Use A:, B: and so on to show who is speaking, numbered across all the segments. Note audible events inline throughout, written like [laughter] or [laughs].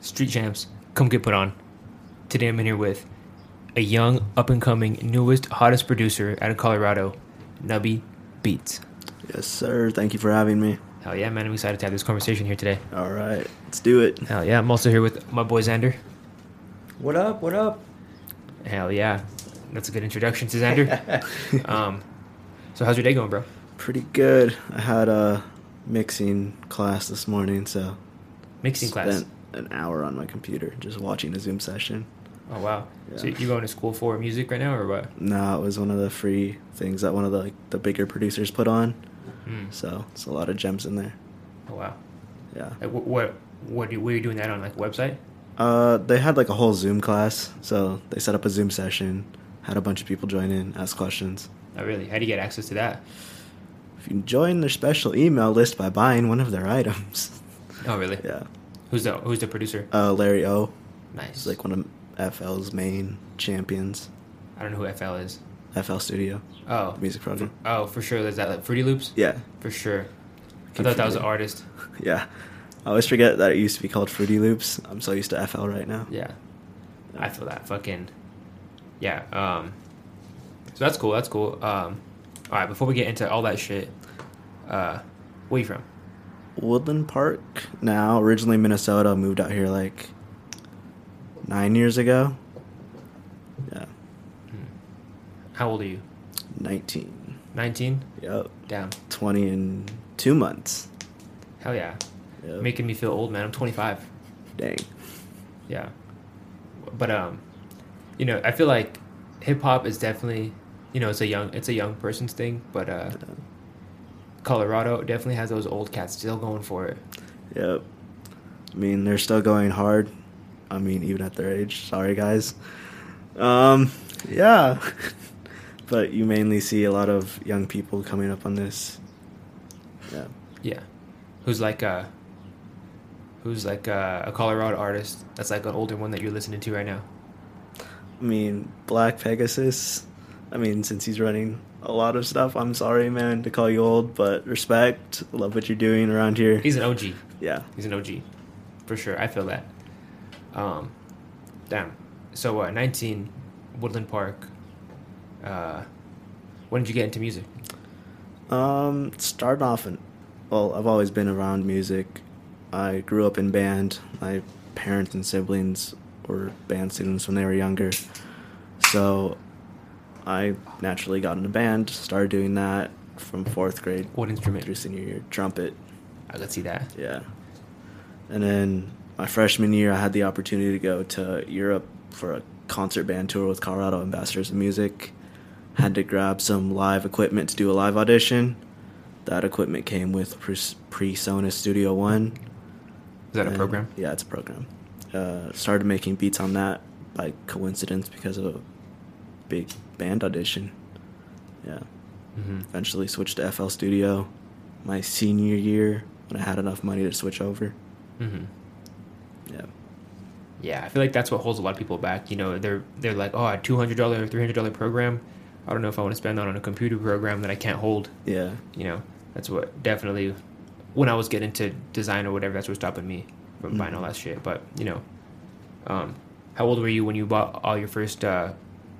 A: Street Champs, come get put on. Today I'm in here with a young, up and coming, newest, hottest producer out of Colorado, Nubby Beats.
B: Yes, sir. Thank you for having me.
A: Hell yeah, man. I'm excited to have this conversation here today.
B: All right, let's do it.
A: Hell yeah. I'm also here with my boy Xander.
C: What up? What up?
A: Hell yeah. That's a good introduction to
C: [laughs]
A: Xander. um, so, how's your day going, bro?
B: Pretty good. I had a mixing class this morning, so
A: Mixing class.
B: spent an hour on my computer just watching a Zoom session.
A: Oh, wow. So,
B: Yeah.
A: you going to school for music right now or what?
B: No, it was one of the free things that one of the like, the bigger producers put on.
A: Mm.
B: So it's a lot of gems in there.
A: Oh, wow.
B: Yeah.
A: Like, what, what, what, do, were you doing that on? Like, a website?
B: Uh, they had like a whole Zoom class, so they set up a Zoom session, had a bunch of people join in, ask questions.
A: Not Oh, really. How do you get access to that?
B: If you join their special email list by buying one of their [laughs] items,
A: Oh, really?
B: yeah.
A: Who's the Who's the producer?
B: Uh, Larry O,
A: Nice.
B: He's like one of FL's main champions.
A: I don't know who FL is.
B: FL Studio,
A: Oh,
B: the music program.
A: oh, for sure. There's that like Fruity Loops.
B: Yeah, [laughs]
A: For sure. I
B: Keep
A: thought that was
B: forgetting.
A: an artist.
B: yeah. I always forget that it used to be called Fruity Loops. I'm so used to FL right now.
A: Yeah, I feel that fucking. Yeah. Um. So that's cool. That's cool. Um. All right. Before we get into all that shit, uh, where you from?
B: Woodland Park now, originally Minnesota, moved out here like nine years ago. Yeah,
A: How old are you?
B: 19.
A: Nineteen.
B: Yep,
A: Damn.
B: 20 in two months.
A: Hell yeah.
B: Yep.
A: Making me feel old, man. I'm 25.
B: Dang.
A: Yeah. But um you know, I feel like hip hop is definitely you know, it's a young it's a young person's thing, but uh Colorado definitely has those old cats still going for it.
B: Yep. I mean, they're still going hard. I mean, even at their age. Sorry, guys. Um, yeah. [laughs] but you mainly see a lot of young people coming up on this. Yeah.
A: Yeah. Who's like uh who's like uh, a Colorado artist that's like an older one that you're listening to right now?
B: I mean, Black Pegasus. I mean, since he's running a lot of stuff, I'm sorry, man, to call you old, but respect. Love what you're doing around here.
A: He's an OG.
B: Yeah.
A: He's an OG. For sure. I feel that. Um damn. So uh 19 Woodland Park uh when did you get into music?
B: Um, started off in, well, I've always been around music. I grew up in band. My parents and siblings were band students when they were younger, so I naturally got in a band. Started doing that from fourth grade
A: What instrument?
B: through senior year, trumpet.
A: I could see that.
B: Yeah, and then my freshman year, I had the opportunity to go to Europe for a concert band tour with Colorado Ambassadors of Music. Had to grab some live equipment to do a live audition. That equipment came with Pre Sonus Studio One.
A: Is that a
B: And-
A: program?
B: Uh, Yeah, it's a program. Uh, started making beats on that by coincidence because of a big band audition. Yeah.
A: Mm-hmm.
B: Eventually switched to FL Studio my senior year when I had enough money to switch over.
A: Mm-hmm.
B: Yeah.
A: Yeah, I feel like that's what holds a lot of people back. You know, they're they're like, oh, a two hundred dollar, three hundred dollar program. I don't know if I want to spend that on a computer program that I can't hold.
B: Yeah.
A: You know, that's what definitely when I was getting to design or whatever, that's what stopping me from buying
B: Mm-hmm.
A: all that shit. But you know, um, how old were you when you bought all your first, uh,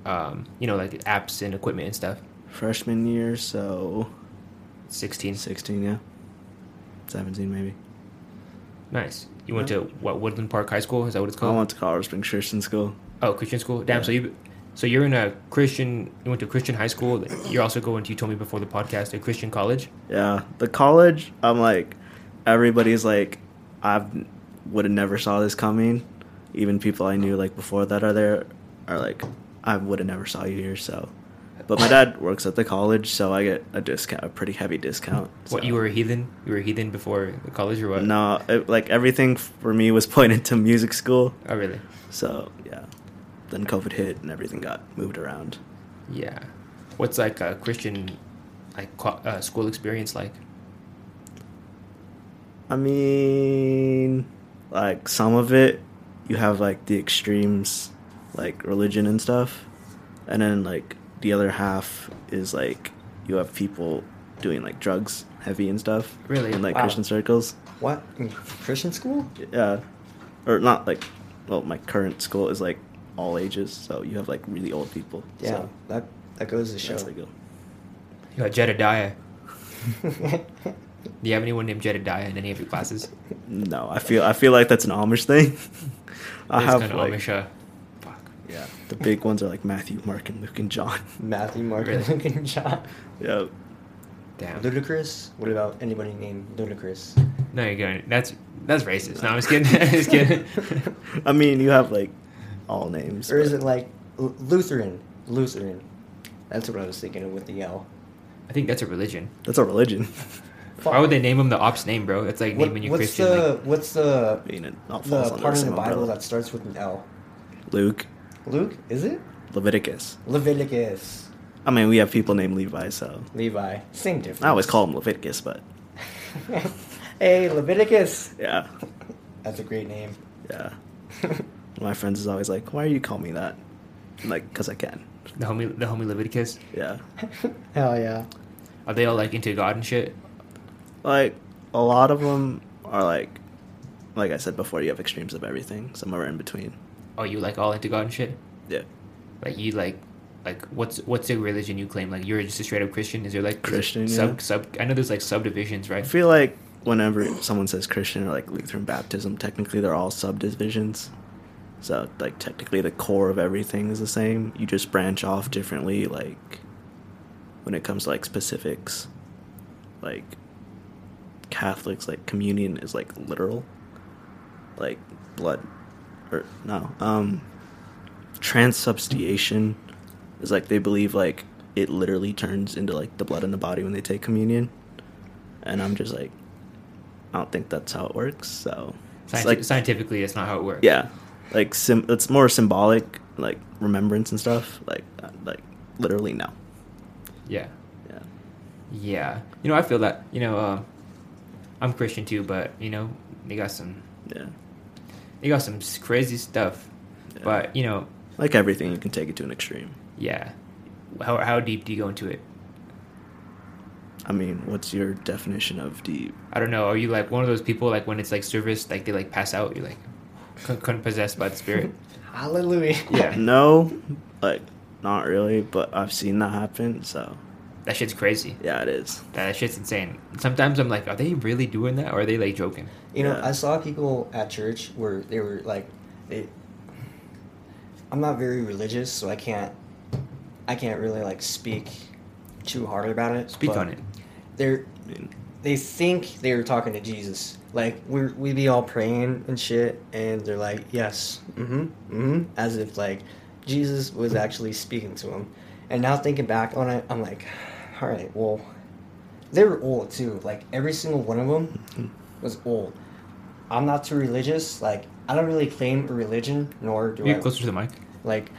A: um, you know, like apps and equipment and stuff?
B: Freshman year, so
A: Sixteen.
B: 16, yeah. 17 maybe.
A: Nice. You went to what Woodland Park High School? Is that what it's
B: I
A: called?
B: went to Colorado Springs Christian School.
A: Oh, Christian school. Damn. So you, so you're in a Christian. You went to Christian high school. You're also going to. You told me before the podcast a Christian college.
B: Yeah, the college. I'm like, everybody's like, I would have never saw this coming. Even people I knew like before that are there are like, I would have never saw you here. So, but my dad works at the college, so I get a discount, a pretty heavy discount.
A: What
B: so.
A: you were a heathen? You were a heathen before the college or what?
B: No, it, like everything for me was pointed to music school.
A: Oh really?
B: So yeah, then COVID hit and everything got moved around.
A: Yeah. What's like a Christian, like co- uh, school experience like?
B: I mean, like some of it, you have like the extremes, like religion and stuff, and then like the other half is like you have people doing like drugs, heavy and stuff,
A: Really?
B: in like
C: Wow.
B: Christian circles.
C: What? In Christian school?
B: Yeah, or not like well my current school is like all ages so you have like really old people
C: Yeah,
B: so
C: that that goes to show.
B: that's the goal
A: You got Jedediah. Do you have anyone named Jedediah in any of your classes?
B: no i feel i feel like that's an
A: [laughs]
B: amish thing i
A: It's
B: have
A: kinda
B: like
A: Amish, uh, fuck.
B: yeah the big ones are like matthew mark and luke and john
C: [laughs] [laughs] Matthew, Mark,
A: Really?
C: Luke, and John.
B: yeah
A: Damn.
C: Ludacris. What about anybody named Ludacris?
A: No, you're going. That's that's racist. No, I'm just kidding. [laughs] just kidding.
B: [laughs] i mean you have like all names
C: Or is
B: but-
C: it like L- Lutheran? Lutheran. That's what I was thinking of with the L.
A: I think that's a religion.
B: that's a religion
A: Why would they name him the ops name, bro? That's like
C: What-
A: naming your
C: what's
A: Christian.
C: the
A: like,
C: what's the
B: i mean it all
C: the
B: falls under
C: part of
B: same
C: the Bible
B: umbrella.
C: that starts with an L?
B: luke
C: Luke, is it?
B: leviticus
C: Leviticus,
B: i mean we have people named levi so
C: Levi, same difference.
B: i always call him leviticus but
C: [laughs] hey, Leviticus.
B: yeah
C: That's a great name.
B: yeah my friends is always like why are you calling me that I'm like because i can
A: the homie, the homie Leviticus.
B: yeah
C: [laughs] Hell yeah.
A: Are they all like into God and shit?
B: like a lot of them are like like i said before you have extremes of everything somewhere in between
A: Are you like all into God and shit?
B: yeah
A: Like you like, like what's what's the religion you claim? Like you're just a straight up Christian? Is there like is it
B: Christian, yeah.
A: sub sub? I know there's like subdivisions,
B: i
A: right?
B: feel like whenever someone says christian or like lutheran baptism technically they're all subdivisions so like technically the core of everything is the same you just branch off differently like when it comes to like specifics like catholics like communion is like literal like blood or no um transubstantiation is like they believe like it literally turns into like the blood in the body when they take communion and i'm just like i don't think that's how it works so it's
A: Scienti-
B: like
A: scientifically, that's not how it works.
B: yeah like sim- it's more symbolic like remembrance and stuff like uh, like literally no
A: yeah,
B: yeah
A: yeah. You know, I feel that. You know, um, I'm Christian too, but you know, they got some
B: yeah
A: they got some s- crazy stuff.
B: Yeah.
A: But you know,
B: like everything you can take it to an extreme
A: yeah. How how deep do you go into it?
B: i mean what's your definition of deep
A: I don't know. Are you like one of those people like when it's like service, like they like pass out? You're like con- con- possessed by the
C: [laughs]
A: spirit.
C: Hallelujah.
A: Yeah.
B: no like not really but i've seen that happen so
A: That shit's crazy.
B: yeah it is
A: That shit's insane. Sometimes I'm like, are they really doing that, or are they like joking?
C: You know,
B: Yeah.
C: I saw people at church where they were like, they, I'm not very religious, so I can't, I can't really like speak too hard about it.
A: Speak
C: but
A: on it.
C: They're
B: i mean
C: they think they were talking to Jesus. Like we we be all praying and shit, and they're like, yes, mm-hmm, mm-hmm, as if like Jesus was actually speaking to him. And now thinking back on it, I'm like, all right, well, they were old too. Like every single one of
A: Mm-hmm.
C: them was old. I'm not too religious. Like I don't really claim a religion, nor do
A: You
C: I.
A: get closer to the mic.
C: Like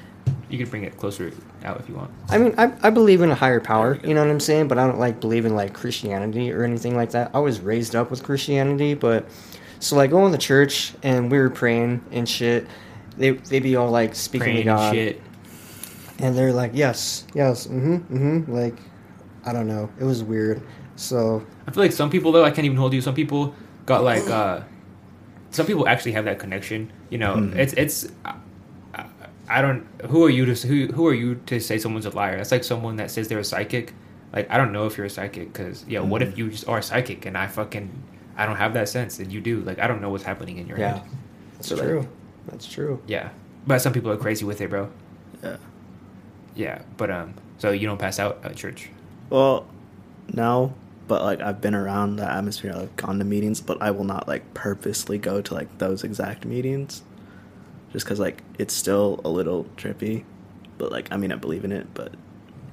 A: You can bring it closer out if you want.
C: I mean, I, I believe in a higher power, you know what I'm saying? But I don't like believe in like Christianity or anything like that. I was raised up with Christianity, but so like going to church and we were praying and shit. They they be all like speaking to
A: Praying and
C: God,
A: shit.
C: and they're like, yes, yes, mm-hmm, mm-hmm. Like, I don't know, it was weird. So
A: I feel like some people though, I can't even hold you. Some people got like, uh some people actually have that connection. You know,
C: Hmm.
A: it's it's. I, I- I don't. Who are you to who Who are you to say someone's a liar? That's like someone that says they're a psychic. Like I don't know if you're a psychic because yeah, what
C: Hmm.
A: if you just are psychic and I fucking I don't have that sense and you do. Like I don't know what's happening in your
C: yeah,
A: head.
C: that's
A: So, like-
C: true. that's true.
A: Yeah, but some people are crazy with it, bro.
B: yeah
A: Yeah, but um, so you don't pass out at church.
B: well no but like i've been around that atmosphere i've gone to meetings but i will not like purposely go to like those exact meetings just because like it's still a little trippy but like i mean i believe in it but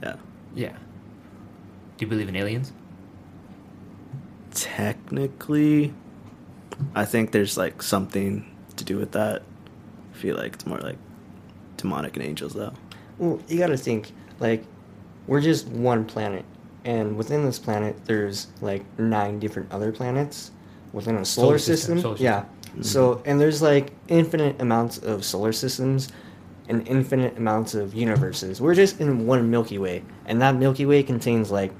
B: yeah
A: Yeah. Do you believe in aliens?
B: technically i think there's like something to do with that i feel like it's more like demonic and angels though
C: Well, you gotta think, like, we're just one planet, and within this planet, there's like nine different other planets within a
A: Solar
C: solar, system.
A: system, solar
C: Yeah. So, and there's like infinite amounts of solar systems and infinite amounts of universes. We're just in one Milky Way, and that Milky Way contains like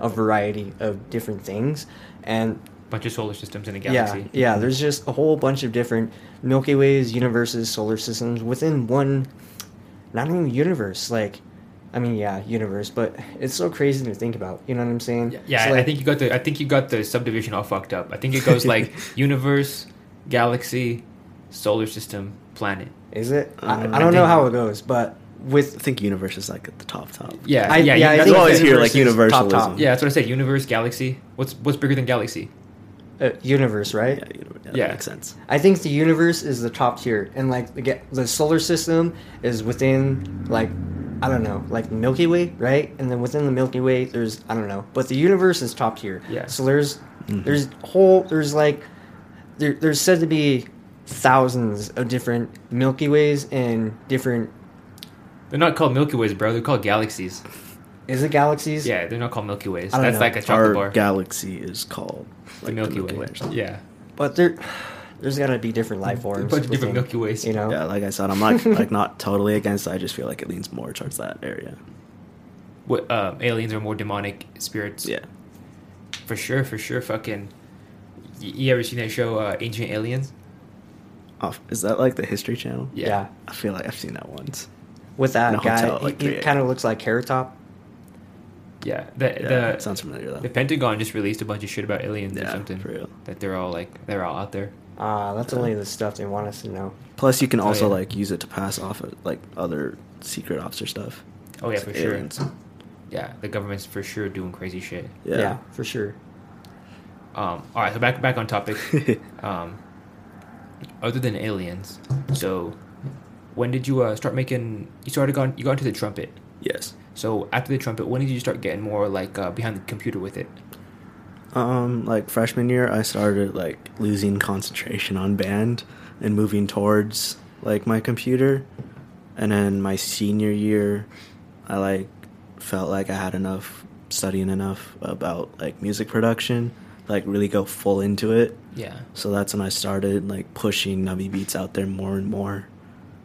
C: a variety of different things, and
A: bunch of solar systems in a
C: Yeah,
A: galaxy.
C: yeah. There's just a whole bunch of different Milky Ways, universes, solar systems within one, not even universe. Like, I mean, yeah, universe, but it's so crazy to think about. You know what I'm saying?
A: Yeah,
C: So,
A: I- I
C: like,
A: think you got the I think you got the subdivision all fucked up. I think it goes like universe, galaxy, solar system, planet.
C: Is it?
B: Uh,
C: I, I
B: I
C: don't know
A: Mm, think-
C: how it goes, but
B: I
C: with
B: think universe is like at the top top.
A: Yeah,
C: I,
A: yeah,
C: yeah, I
A: you-
B: that's
C: think
B: what I always hear,
C: universe
B: like,
C: is top,
B: universalism.
C: top.
A: yeah, that's what I said. Universe, galaxy. What's what's bigger than galaxy?
C: Uh, universe, right?
B: Yeah, universe, yeah,
A: Yeah.
B: That makes sense.
C: I think the universe is the top tier, and like the, ga- the solar system is within like I don't know, like Milky Way, right? And then within the Milky Way, there's I don't know, but the universe is top tier.
A: Yeah.
C: So there's
B: Mm-hmm.
C: there's whole there's like there, there's said to be thousands of different Milky Ways and different
A: They're not called Milky Ways, bro. They're called galaxies.
C: is it galaxies?
A: Yeah, they're not called Milky Ways.
C: I don't
A: That's
C: know.
A: like a
B: Our
A: chocolate bar.
B: galaxy is called
A: the Milky, Way.
B: or something.
A: Yeah,
C: But there there's got to be different life
A: a
C: forms.
A: bunch of different
C: within,
A: Milky Ways.
C: You know.
B: Yeah, like I said, I'm not like
A: [laughs]
B: not totally against. it. I just feel like it leans more towards that area.
A: What um, aliens are more demonic spirits?
B: Yeah,
A: for sure, for sure. Fucking, y- you ever seen that show uh, Ancient Aliens?
B: off. Is that like the History Channel?
A: Yeah.
C: yeah.
B: I feel like I've seen that once.
C: With that
B: In a
C: guy,
B: hotel,
C: he-
B: like,
C: he,
B: yeah.
C: kind of looks like Carrot Top.
A: Yeah, the
B: Yeah,
A: the
B: it sounds familiar though.
A: the Pentagon just released a bunch of shit about aliens or
B: Yeah,
A: something.
B: for real.
A: That they're all like they're all out there.
C: Uh, that's only the stuff they want us to know.
B: Plus, you can
A: Oh,
B: also
A: yeah.
B: like use it to pass off of, like other secret officer stuff.
A: Oh yeah,
B: It's
A: for
B: like
A: sure.
B: aliens.
A: Yeah, the government's for sure doing crazy shit.
B: Yeah.
C: for sure.
A: Um, all right, so back back on
B: [laughs]
A: topic. um, other than aliens, so when did you uh, start making? You started going. You got into the trumpet.
B: Yes.
A: So after the trumpet, when did you start getting more like uh, behind the computer with it?
B: Um, like freshman year, I started like losing concentration on band and moving towards like my computer, and then my senior year, I like felt like I had enough studying enough about like music production, like really go full into it.
A: Yeah.
B: So that's when I started like pushing Nubby Beats out there more and more,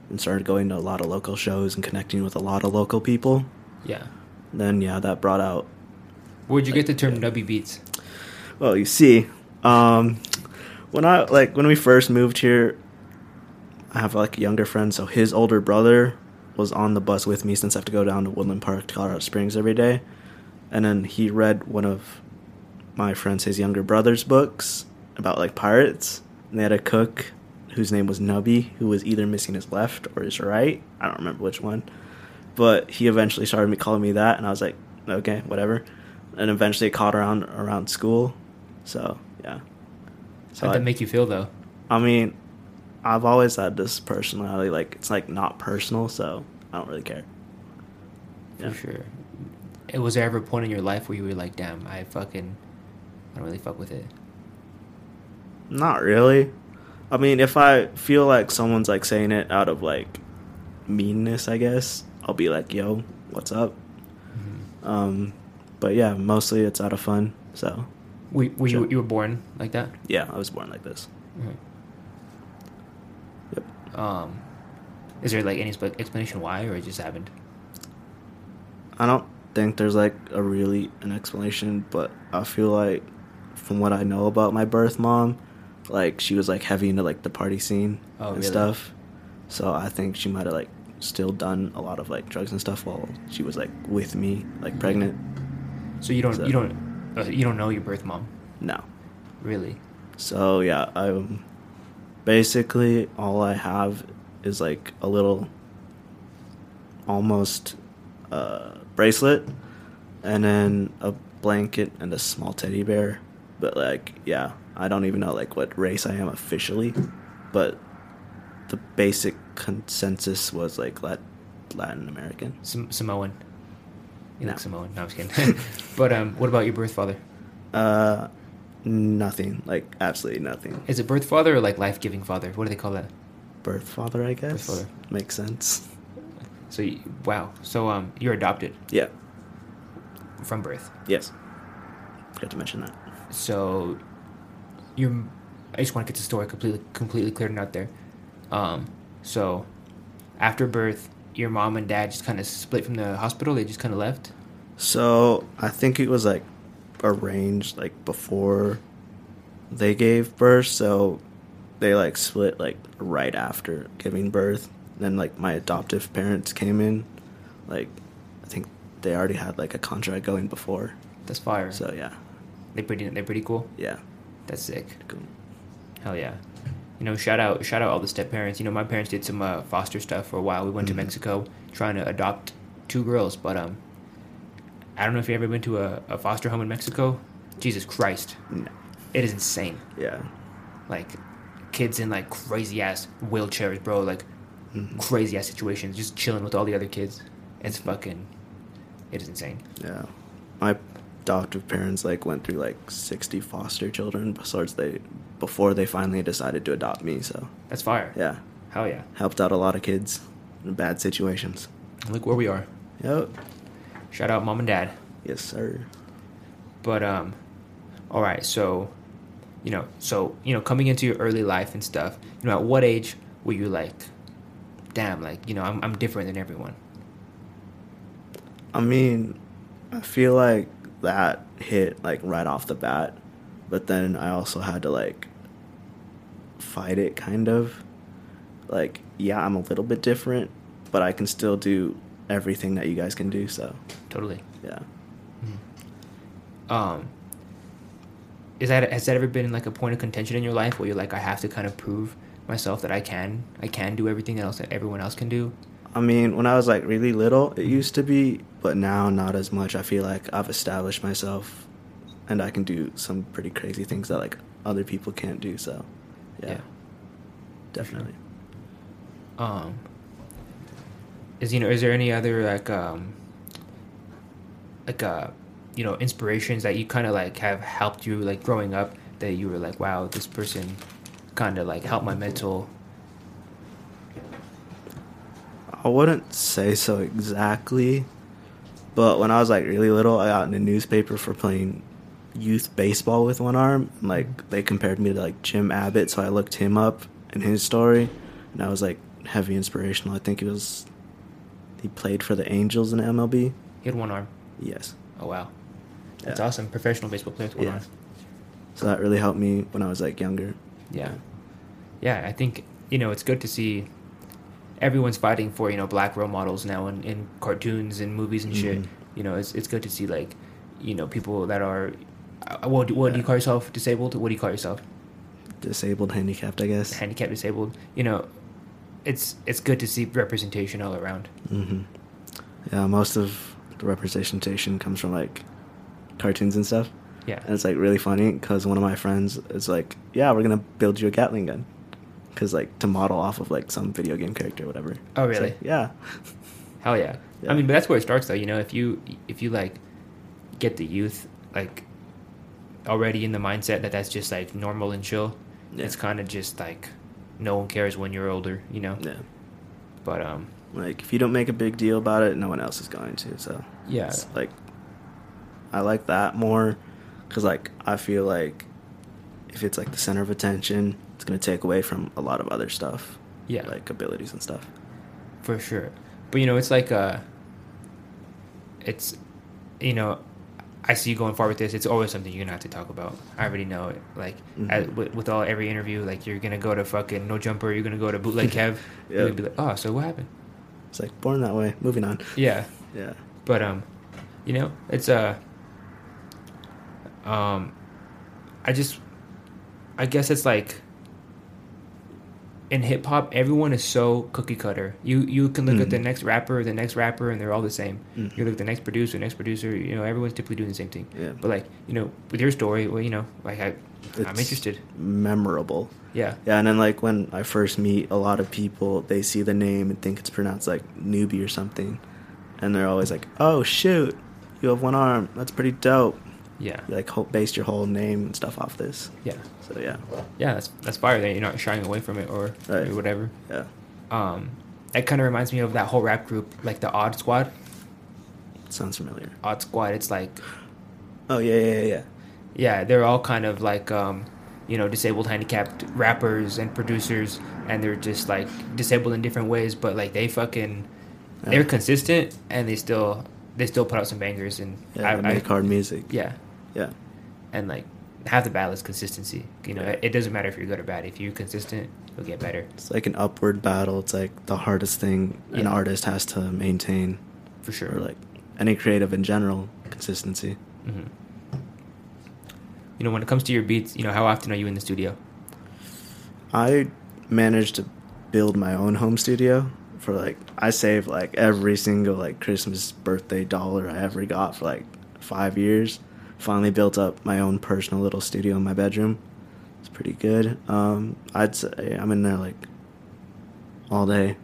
B: and started going to a lot of local shows and connecting with a lot of local people.
A: Yeah.
B: Then yeah, that brought out
A: Where'd you get the term nubby beats?
B: Well, you see, um, when I like when we first moved here, I have like a younger friend, so his older brother was on the bus with me since I have to go down to Woodland Park to Colorado Springs every day, and then he read one of my friend's his younger brother's books about like pirates, and they had a cook whose name was Nubby, who was either missing his left or his right. I don't remember which one but he eventually started me calling me that, and I was like, okay, whatever. And eventually, it caught around around school, so yeah. So
A: How'd
B: I,
A: that make you feel though?
B: I mean, I've always had this personality, like it's like not personal, so I don't really care. Yeah.
A: For sure. And Was there ever a point in your life where you were like, damn, I fucking, I don't really fuck with it?
B: Not really. I mean, if I feel like someone's like saying it out of like meanness, I guess I'll be like, yo, what's up? Um, but yeah, mostly it's out of fun. So
A: Were, were
B: Sure.
A: you you were born like that?
B: yeah, I was born like this. Yep.
A: Um, is there like any sp- explanation why, or it just happened?
B: I don't think there's like a really an explanation, but I feel like from what I know about my birth mom, like she was like heavy into like the party scene
A: Oh,
B: and
A: really?
B: stuff. So I think she might have like still done a lot of like drugs and stuff while she was like with me, like pregnant.
A: So you don't
B: So-
A: you don't uh, you don't know your birth mom,
B: No.
A: really?
B: So yeah, I'm basically all I have is like a little almost uh, bracelet and then a blanket and a small teddy bear. But like yeah, I don't even know like what race I am officially, but the basic consensus was like Lat- Latin American.
A: Sam- Samoan. You
B: No.
A: look Samoan. No, I'm just kidding. [laughs] but um, what about your birth father?
B: Uh nothing, like absolutely nothing.
A: Is it birth father or like life giving father? What do they call that?
B: Birth father, I guess.
A: father.
B: Makes sense. [laughs]
A: So you, wow. So um, you're adopted
B: Yeah.
A: from birth.
B: Yes. Forgot to mention that.
A: So you're. I just want to get the story completely completely cleared and out there. Um, so after birth, your mom and dad just kind of split from the hospital. They just kind of left.
B: So I think it was like arranged like before they gave birth, so they like split like right after giving birth. Then like my adoptive parents came in, like I think they already had like a contract going before.
A: That's fire.
B: So yeah,
A: They pretty they pretty cool.
B: yeah,
A: That's sick.
B: cool.
A: Hell yeah. You know, shout out shout out all the step parents. You know, my parents did some uh, foster stuff for a while. We went to Mexico trying to adopt two girls, but um I don't know if you've ever been to a, a foster home in Mexico. Jesus Christ.
B: No.
A: It is insane.
B: yeah,
A: Like kids in like crazy ass wheelchairs, bro, like crazy ass situations, just chilling with all the other kids. It's fucking it is insane.
B: yeah. My adoptive parents like went through like sixty foster children besides they before they finally decided to adopt me. So
A: That's fire.
B: yeah,
A: Hell yeah.
B: helped out a lot of kids in bad situations.
A: Look where we are.
B: Yep.
A: Shout out mom and dad.
B: Yes, sir.
A: But um, all right. So, you know, so you know, coming into your early life and stuff. You know, at what age were you like, damn, like you know, I'm I'm different than everyone.
B: I mean, I feel like that hit like right off the bat, but then I also had to like fight it kind of. Like, yeah, I'm a little bit different, but I can still do everything that you guys can do, so
A: Totally.
B: yeah.
A: Um, is that has that ever been like a point of contention in your life where you're like, I have to kind of prove myself that I can, I can do everything else that everyone else can do.
B: I mean, when I was like really little, it used to be, but now not as much. I feel like I've established myself and I can do some pretty crazy things that like other people can't do, so yeah.
A: Yeah.
B: Definitely.
A: um is you know is there any other like um like uh you know inspirations that you kind of like have helped you like growing up that you were like wow this person kind of like helped my mental
B: I wouldn't say so exactly, but when I was like really little, I got in a newspaper for playing youth baseball with one arm. And, like they compared me to like Jim Abbott, so I looked him up and his story, and I was like heavy inspirational. I think it was he played for the Angels in MLB.
A: he had one arm
B: Yes,
A: oh wow that's
B: Yeah.
A: awesome professional baseball player with one
B: Yeah.
A: arm
B: so that really helped me when I was like younger.
A: yeah yeah i think you know it's good to see everyone's fighting for you know black role models now in, in cartoons and movies and shit
B: Mhm.
A: you know it's, it's good to see like you know people that are uh, what, do- what do you
B: Yeah.
A: call yourself disabled what do you call yourself
B: Disabled, handicapped, I guess.
A: handicapped disabled you know it's it's good to see representation all around
B: hmm Yeah, most of the representation comes from like cartoons and stuff.
A: yeah
B: And it's like really funny because one of my friends is like, "Yeah, we're gonna build you a Gatling gun," because like to model off of like some video game character or whatever.
A: Oh,
B: It's
A: really?
B: like, yeah.
A: hell yeah.
B: Yeah.
A: i mean but that's where it starts though you know if you if you like get the youth like already in the mindset that that's just like normal and chill
B: Yeah.
A: it's kind of just like no one cares when you're older you know
B: Yeah.
A: but um
B: Like if you don't make a big deal about it, no one else is going to. So
A: Yeah.
B: it's like I like that more because like I feel like if it's like the center of attention, it's gonna take away from a lot of other stuff.
A: Yeah.
B: Like abilities and stuff.
A: for sure but you know it's like uh it's you know i see you going far with this it's always something you're gonna have to talk about i already know it like I-
B: Mhm.
A: with, with all every interview like you're gonna go to fucking no jumper you're gonna go to
B: [laughs]
A: bootleg kev
B: Yeah.
A: you're gonna be like oh so what happened
B: It's like born that way. Moving on.
A: yeah
B: Yeah.
A: but um you know it's uh um i just i guess it's like in hip hop everyone is so cookie cutter you you can look at the
B: Mhm.
A: next rapper the next rapper and they're all the same
B: Mhm.
A: you look at the next producer next producer you know everyone's typically doing the same thing
B: Yeah.
A: but like you know with your story well you know like i i'm
B: It's
A: interested
B: Memorable.
A: yeah
B: Yeah, and then like when I first meet a lot of people, they see the name and think it's pronounced like newbie or something, and they're always like, "Oh shoot, you have one arm. That's pretty dope."
A: yeah
B: You like ho- based your whole name and stuff off this.
A: yeah
B: So yeah,
A: yeah that's that's fire that you're not shying away from it or,
B: Right.
A: or whatever
B: yeah,
A: um that kind of reminds me of that whole rap group like the odd squad
B: sounds familiar.
A: odd squad it's like
B: Oh yeah, yeah, yeah, yeah.
A: yeah they're all kind of like um you know disabled handicapped rappers and producers and they're just like disabled in different ways but like they fucking they're
B: Yeah.
A: consistent and they still they still put out some bangers and
B: yeah they
A: I, I,
B: make hard music.
A: yeah
B: yeah,
A: and like half the battle is consistency. You know, it, it doesn't matter if you're good or bad. If you're consistent, you'll get better
B: It's like an upward battle. It's like the hardest thing an
A: Yeah.
B: artist has to maintain,
A: for sure.
B: or like any creative in general, consistency.
A: Mhm. You know, when it comes to your beats, you know, how often are you in the studio?
B: I managed to build my own home studio for like I saved like every single like Christmas birthday dollar I ever got for like five years. Finally built up my own personal little studio in my bedroom. It's pretty good. Um, I'd say I'm in there like all day.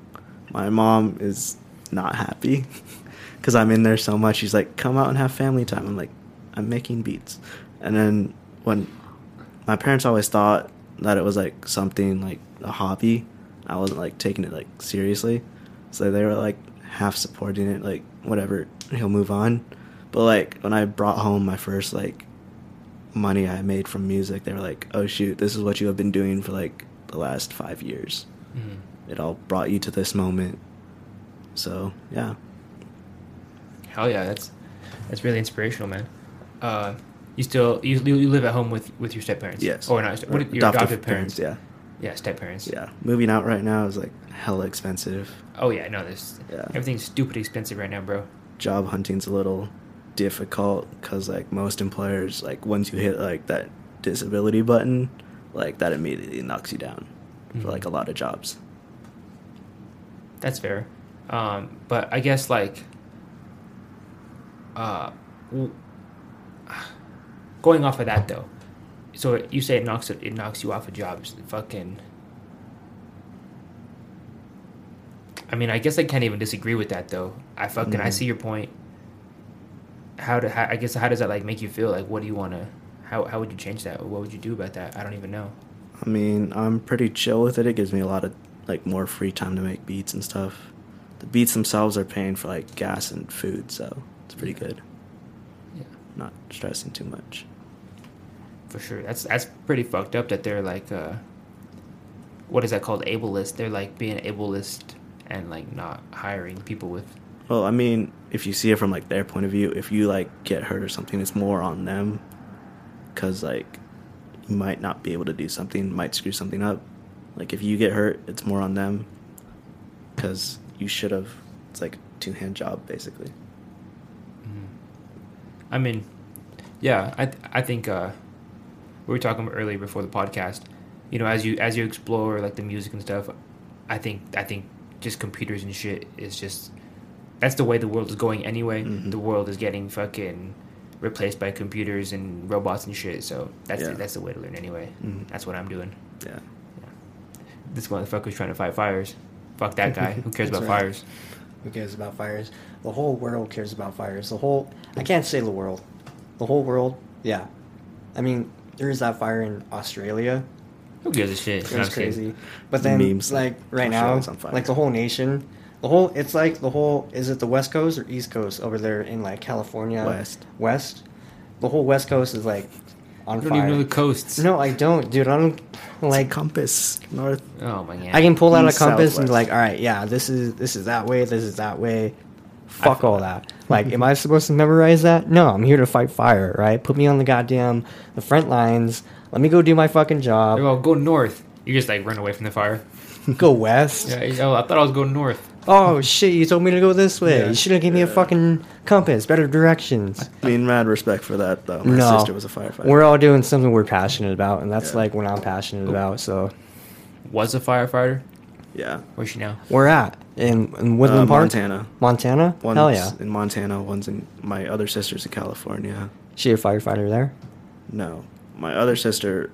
B: My mom is not happy [laughs] because I'm in there so much. She's like, "Come out and have family time." I'm like, "I'm making beats," and then when my parents always thought that it was like something like a hobby. I wasn't like taking it like seriously. So they were like half supporting it, like whatever, he'll move on. But like when I brought home my first like money I made from music, they were like, Oh shoot, this is what you have been doing for like the last five years.
A: Mhm.
B: It all brought you to this moment. So yeah.
A: Hell yeah, that's that's really inspirational, man. Uh, you still you, you live at home with with your step parents?
B: Yes.
A: Or not? What,
B: Or
A: your adopted, parents?
B: Yeah.
A: Yeah, step parents.
B: Yeah. Moving out right now is like hella expensive.
A: Oh yeah, no, this
B: Yeah.
A: everything's stupid expensive right now, bro.
B: job hunting's a little difficult because like most employers like once you hit like that disability button like that immediately knocks you down
A: Mhm.
B: for like a lot of jobs
A: That's fair. Um, but I guess like uh, w- going off of that though. So you say it knocks it, it knocks you off of jobs. Fucking. I mean, I guess I can't even disagree with that though. I fucking I
B: Mhm.
A: see your point. How do how, I guess how does that like make you feel? Like, what do you want to? How how would you change that? What would you do about that? I don't even know.
B: i mean i'm pretty chill with it it gives me a lot of like more free time to make beats and stuff the beats themselves are paying for like gas and food so it's pretty good
A: Yeah.
B: not stressing too much
A: For sure. That's that's pretty fucked up that they're like uh what is that called? Ableist. They're like being ableist and like not hiring people with
B: Well, I mean, if you see it from like their point of view, if you like get hurt or something, it's more on them, because like you might not be able to do something, might screw something up. Like if you get hurt, it's more on them, because you should have. It's like two hand job basically.
A: I mean yeah, I th- I think uh we were talking earlier before the podcast, you know, as you as you explore like the music and stuff, I think I think just computers and shit is just that's the way the world is going anyway.
B: Mhm.
A: The world is getting fucking replaced by computers and robots and shit. So that's
B: Yeah.
A: the, that's the way to learn anyway.
B: Mhm.
A: That's what I'm doing.
B: Yeah.
A: this motherfucker's trying to fight fires. Fuck that guy. Who cares
C: [laughs] That's
A: about
C: right.
A: fires?
C: Who cares about fires? The whole world cares about fires. The whole I can't say the world. The whole world, yeah. I mean, there is that fire in Australia.
A: Who gives a shit?
C: It
A: You know
C: was
A: what I'm saying?
C: crazy. But then
B: Memes,
C: like right now,
B: Australia's on fire.
C: like the whole nation, the whole it's like the whole is it the west coast or east coast over there in like California?
B: West.
C: West. The whole west coast is like on
A: You don't
C: fire.
A: even know the coasts.
C: no, I don't, dude. I don't
B: Like
C: like
B: compass north.
A: Oh my god.
C: I can pull out a
B: East,
C: compass and be
B: southwest.
C: like, all right, yeah, this is this is that way, this is that way.
A: I
C: Fuck
A: feel
C: all that. Like,
B: [laughs]
C: am I supposed to memorize that? No, I'm here to fight fire, right? Put me on the goddamn the front lines. Let me go do my fucking
A: They're
C: job.
A: all go north. You just like run away from the fire.
C: [laughs] Go west.
A: Yeah. Oh, I thought I was going north.
C: Oh shit, you told me to go this way.
A: Yeah.
C: You should have given me a fucking compass, better directions.
B: I mean, mad respect for that though. [laughs] My
C: no.
B: sister was a firefighter.
C: We're all doing something we're passionate about, and that's
B: Yeah.
C: like what I'm passionate about, so
A: Was a firefighter.
B: yeah.
A: Where's she now?
C: we're at in, in Woodland
B: Uh,
C: Park,
B: Montana.
C: Montana?
B: One's
C: Hell yeah.
B: in Montana. One's in my other sister's in California.
C: She a firefighter there?
B: No, my other sister.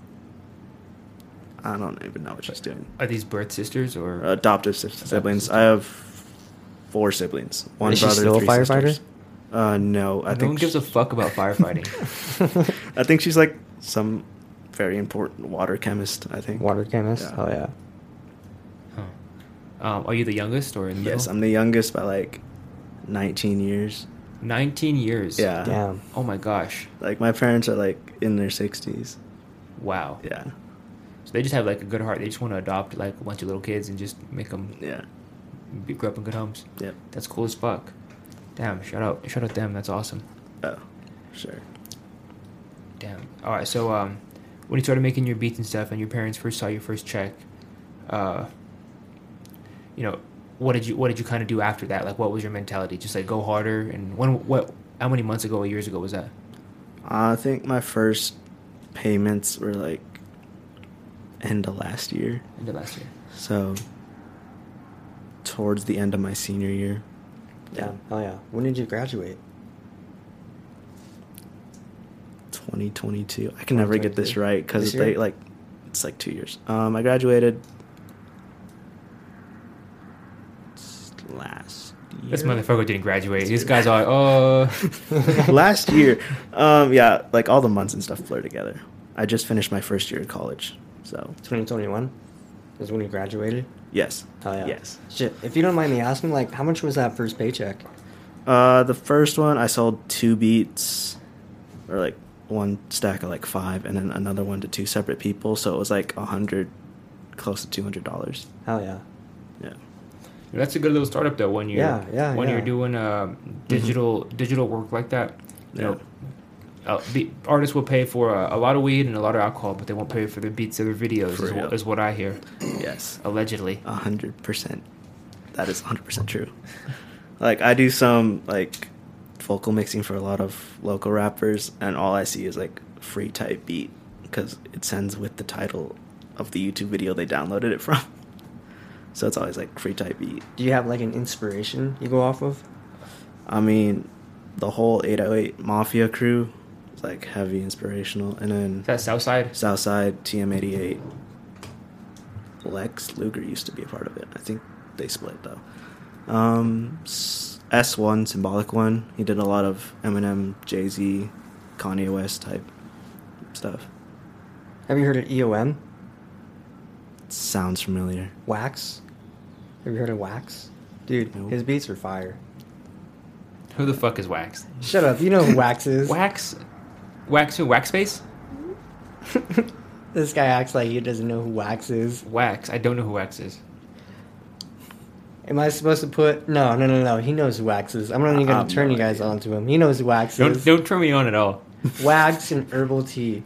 B: I don't even know what she's doing.
A: Are these birth sisters or?
B: Adoptive sis- siblings. I have four siblings. One
C: Is she
B: brother.
C: still a
B: three
C: firefighter?
B: sisters. Uh, no. I
A: no
B: think
A: one gives a fuck
B: [laughs]
A: about firefighting.
B: I think she's like some very important water chemist. I think
C: Water chemist?
B: Yeah.
C: Hell yeah.
A: huh. um, are you the youngest or in the
B: Yes,
A: middle?
B: I'm the youngest by like 19 years.
A: 19 years.
B: Yeah.
C: Damn.
A: Oh my gosh.
B: Like my parents are like in their 60s.
A: Wow.
B: Yeah.
A: So they just have like a good heart. They just want to adopt like a bunch of little kids and just make them
B: Yeah.
A: be, grow up in good homes.
B: Yep.
A: That's cool as fuck. Damn, shout out, shout out them. That's awesome.
B: Oh, sure.
A: Damn. All right. So, um, when you started making your beats and stuff, and your parents first saw your first check, uh, you know, what did you what did you kind of do after that? Like, what was your mentality? Just like go harder. And when what? How many months ago? Years ago was that?
B: I think my first payments were like end of last year.
A: End of last year.
B: So towards the end of my senior year.
C: Yeah.
A: Oh,
C: Hell yeah. When did you graduate?
B: 2022. I can never get this
C: 2022.
B: right cuz
C: This year?
B: they like it's like 2 years. Um I graduated s- last year.
A: This motherfucker didn't graduate. These guys are like, oh, [laughs]
B: [laughs] last year. Um yeah, like all the months and stuff blur together. I just finished my first year in college. So,
C: 2021 is when you graduated.
B: yes.
C: Hell Oh, yeah.
B: Yes.
C: Shit. If you don't mind me asking, like, how much was that first paycheck?
B: Uh, the first one I sold two beats, or like one stack of like five, and then another one to two separate people. So it was like a hundred, close to two hundred dollars.
C: Hell yeah.
B: Yeah.
A: that's a good little startup though. When you're
C: Yeah, yeah,
A: when
C: yeah. Mm-hmm.
A: you're doing um, digital digital work like that, you know, uh, the artists will pay for uh, a lot of weed and a lot of alcohol, but they won't pay for their beats or their videos.
B: For
A: Is,
B: real.
A: what, is what I hear
B: Yes.
A: allegedly.
B: A hundred percent. That is a hundred percent true. Like I do some like vocal mixing for a lot of local rappers, and all I see is like free type beat because it sends with the title of the YouTube video they downloaded it from. [laughs] So it's always like free type beat.
C: Do you have like an inspiration you go off of?
B: I mean, the whole 808 Mafia crew is like heavy inspirational. And then
A: Is that Southside?
B: Southside, TM88, Lex Luger used to be a part of it. I think they split though. Um, S- S1, Symbolic One, he did a lot of Eminem, Jay Z, Kanye West type stuff.
C: Have you heard of E EOM?
B: Sounds familiar.
C: Wax? Have you heard of Wax? Dude,
B: Nope.
C: his beats are fire.
A: [coughs] Who the fuck is Wax?
C: Shut up. You know who Wax is.
A: Wax, Wax who? Wax Space?
C: This guy acts like he doesn't know who Wax is.
A: Wax. I don't know who Wax is.
C: Am I supposed to put? No, no, no, no. He knows who Wax is. I'm not even gonna
B: Um,
C: turn you
B: no
C: guys
B: idea.
C: on to him. He knows who Wax
A: Don't
C: is.
A: don't turn me on at all.
C: Wax and herbal tea.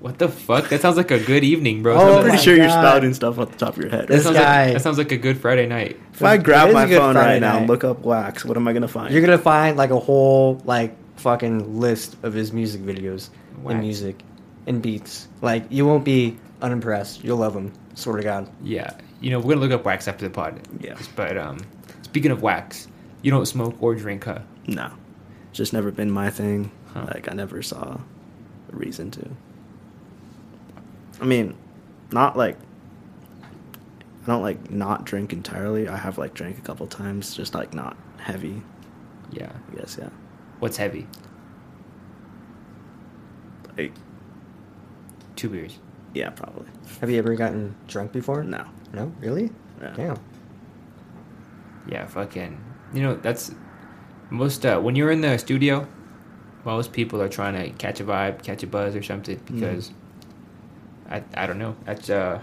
A: What the fuck? That sounds like a good evening, bro.
C: Oh
A: Sounds
B: I'm
A: like-
B: pretty
C: my
B: sure you're
C: God.
B: spouting stuff off the top of your head.
A: that
C: This
A: sounds
C: guy-
A: like that sounds like a good Friday night.
B: if I
C: It
B: grab
C: is a
B: my
C: good
B: phone
C: Friday
B: right now and
C: night.
B: look up Wax, what am I gonna find?
C: You're gonna find like a whole like fucking list of his music videos
A: Wax.
C: and music and beats. Like you won't be unimpressed. You'll love him. Swear to God.
A: Yeah, you know we're gonna look up wax after the pod.
B: Yeah.
A: But um, speaking of wax, you don't smoke or drink, huh?
B: No, just never been my thing.
A: Huh.
B: Like I never saw a reason to. I mean, not like I don't like not drink entirely. I have like drank a couple times, just like not heavy.
A: Yeah.
B: I guess yeah.
A: What's heavy?
B: Like
A: Two beers.
B: yeah, probably.
C: Have you ever gotten drunk before?
B: No.
C: No, really?
B: Yeah.
C: Damn.
A: Yeah, fucking. You know that's most uh, when you're in the studio, most people are trying to catch a vibe, catch a buzz or something
B: Mm.
A: because I I don't know. That's uh,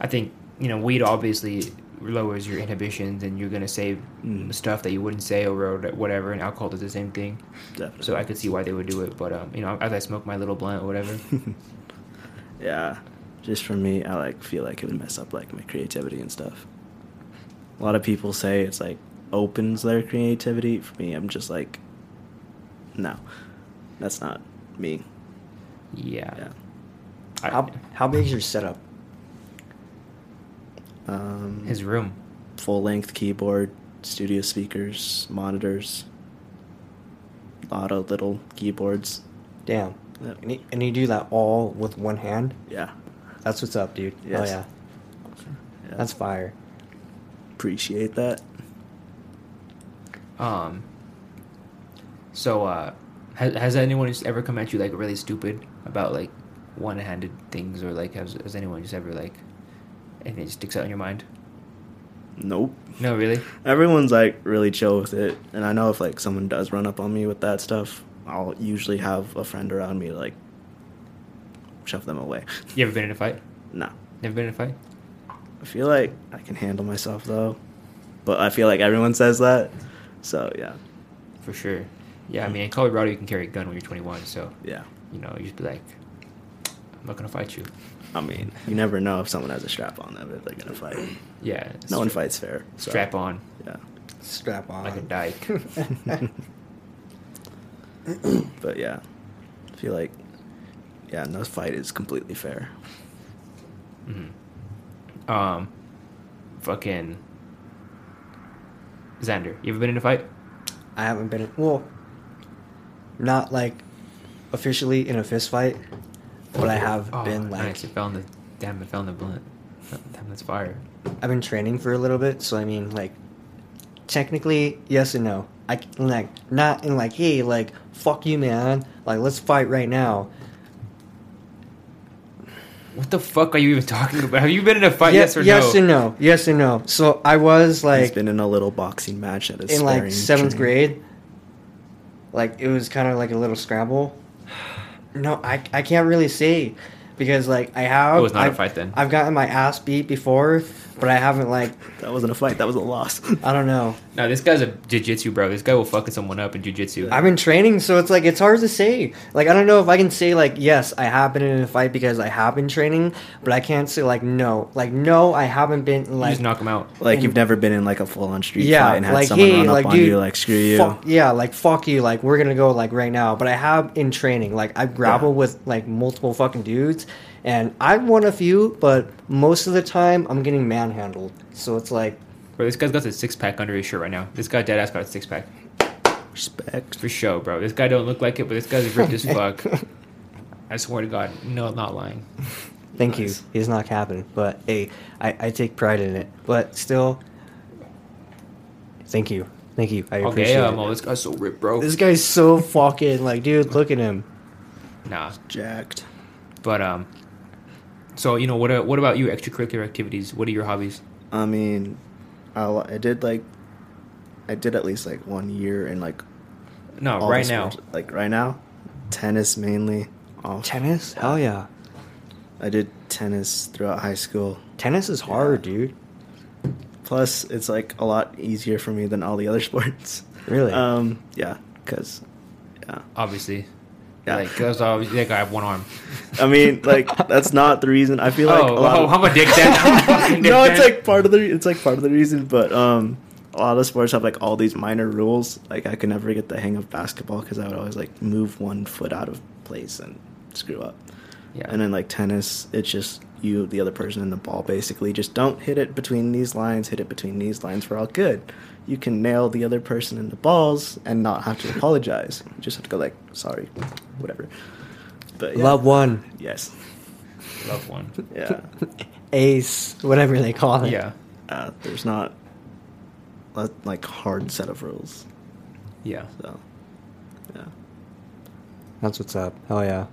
A: I think you know weed obviously lowers your inhibitions and you're gonna say
B: Mm.
A: stuff that you wouldn't say or whatever. And alcohol does the same thing.
B: Definitely.
A: So I could see why they would do it, but um, you know, as I smoke my little blunt or
B: [laughs]
A: whatever,
B: yeah, just for me, I like feel like it would mess up like my creativity and stuff. A lot of people say it's like opens their creativity. For me, I'm just like, no, that's not me.
A: yeah.
B: Yeah.
A: I-
C: How how big is your setup?
B: Um,
A: his room,
B: full length keyboard, studio speakers, monitors, a lot of little keyboards.
C: Damn.
B: Yep.
C: And, you, and you do that all with one hand.
B: Yeah.
C: That's what's up, dude.
B: Yes.
C: Oh yeah.
B: yeah.
C: That's fire.
B: appreciate that.
A: um. So, uh, has, has anyone just ever come at you like really stupid about like one-handed things, or like has, has anyone just ever like anything that sticks out in your mind?
B: Nope.
A: No, really.
B: Everyone's like really chill with it, and I know if like someone does run up on me with that stuff, I'll usually have a friend around me to, like shove them away.
A: You ever been in a fight?
B: no.
A: Never been in a fight.
B: I feel like I can handle myself though, but I feel like everyone says that, so yeah.
A: For sure. Yeah, I mean, in Colorado, you can carry a gun when you're 21, so,
B: Yeah.
A: you know, you just be like, I'm not going to fight you.
B: I mean, you never know if someone has a strap on them if they're gonna fight.
A: Yeah.
B: No one fights fair. so-
A: Strap on,
B: Yeah.
C: Strap on.
A: like a dyke.
C: [laughs]
B: But yeah, I feel like yeah, no fight is completely fair.
A: um, fucking Xander. You ever been in a fight?
C: I haven't been well, not like officially in a fist fight, but I have
A: Oh,
C: been like
A: nice. It fell in the damn. It fell in the blunt. Damn, that's fire.
C: I've been training for a little bit, so I mean like technically yes and no. I c- like not in like hey like fuck you man like let's fight right now.
A: What the fuck are you even [laughs] talking about? Have you been in a fight?
C: Ye-
A: yes or
C: yes
A: no?
C: and no. Yes and no. So I was
B: He's
C: like
B: been in a little boxing match at his
C: in like
B: sparring
C: seventh
B: gym.
C: grade. Like it was kind of like a little scrabble. No, I, I can't really say because like I have.
A: It was not a
C: I've-
A: fight then.
C: I've gotten my ass beat before, but I haven't like
B: That wasn't a fight. That was a
C: [laughs]
B: loss. [laughs]
C: I don't know.
A: No, this guy's a jujitsu bro. This guy will fucking someone up in jujitsu.
C: I've been training, so it's like it's hard to say. Like I don't know if I can say like yes, I have been in a fight because I have been training, but I can't say like no, like no, I haven't been in,
A: You
C: like
A: just knock him out.
B: like
C: And-
B: you've never been in like a full on street
C: yeah,
B: fight and had
C: like
B: someone
C: hey,
B: run up
C: like
B: on
C: dude,
B: you like screw you.
C: fuck- yeah, like fuck you, like we're gonna go like right now. But I have in training, like I've grappled with like multiple fucking dudes, and I've won a few, but most of the time I'm getting manhandled. So it's like,
A: Bro, this guy's got the six pack under his shirt right now. This guy dead ass got a six pack
B: Respect.
A: for show, bro. This guy don't look like it, but this guy's ripped as
C: [laughs]
A: fuck. I swear to God, no, I'm not lying.
C: thank
B: Nice.
C: you, he's not happening. But hey, I, I take pride in it. But still, thank you, thank you, I
A: Okay,
C: appreciate
A: um,
C: it.
A: oh, this guy's so ripped, bro.
C: This guy's so fucking like, dude, look at him.
A: Nah,
B: Jacked.
A: But um, so you know what? uh, What about you? Extracurricular activities. What are your hobbies?
B: I mean, I, li- I did like, I did at least like one year in like
C: Oh,
A: No,
B: all the
A: right now.
B: sports- Like right now, tennis mainly. Oh,
C: Tennis? Hell yeah,
B: I did tennis throughout high school.
C: tennis is hard, dude.
B: Plus, it's like a lot easier for me than all the other [laughs] sports.
C: Really?
B: Um, yeah, because, yeah,
A: Obviously,
B: yeah.
A: like that's obviously that guy have one arm.
B: I mean, like that's not the reason. I feel like
A: oh,
B: a lot
A: oh,
B: of-
A: I'm
B: [laughs]
A: a dick then. I'm a fucking dick
B: no, it's
A: then.
B: like part of the re- it's like part of the reason, but um, a lot of sports have like all these minor rules. Like I could never get the hang of basketball because I would always like move one foot out of place and screw up.
A: yeah.
B: And then like tennis, it's just you, the other person, and the ball. Basically, just don't hit it between these lines. Hit it between these lines. We're all good. You can nail the other person in the balls and not have to apologize. You just have to go like, sorry, whatever. But yeah.
C: Love one.
B: Yes.
A: love one.
B: Yeah.
C: [laughs] ace, whatever they call it.
A: Yeah,
B: uh, there's not a like hard set of rules.
A: yeah,
B: So yeah,
C: That's what's up. Hell yeah.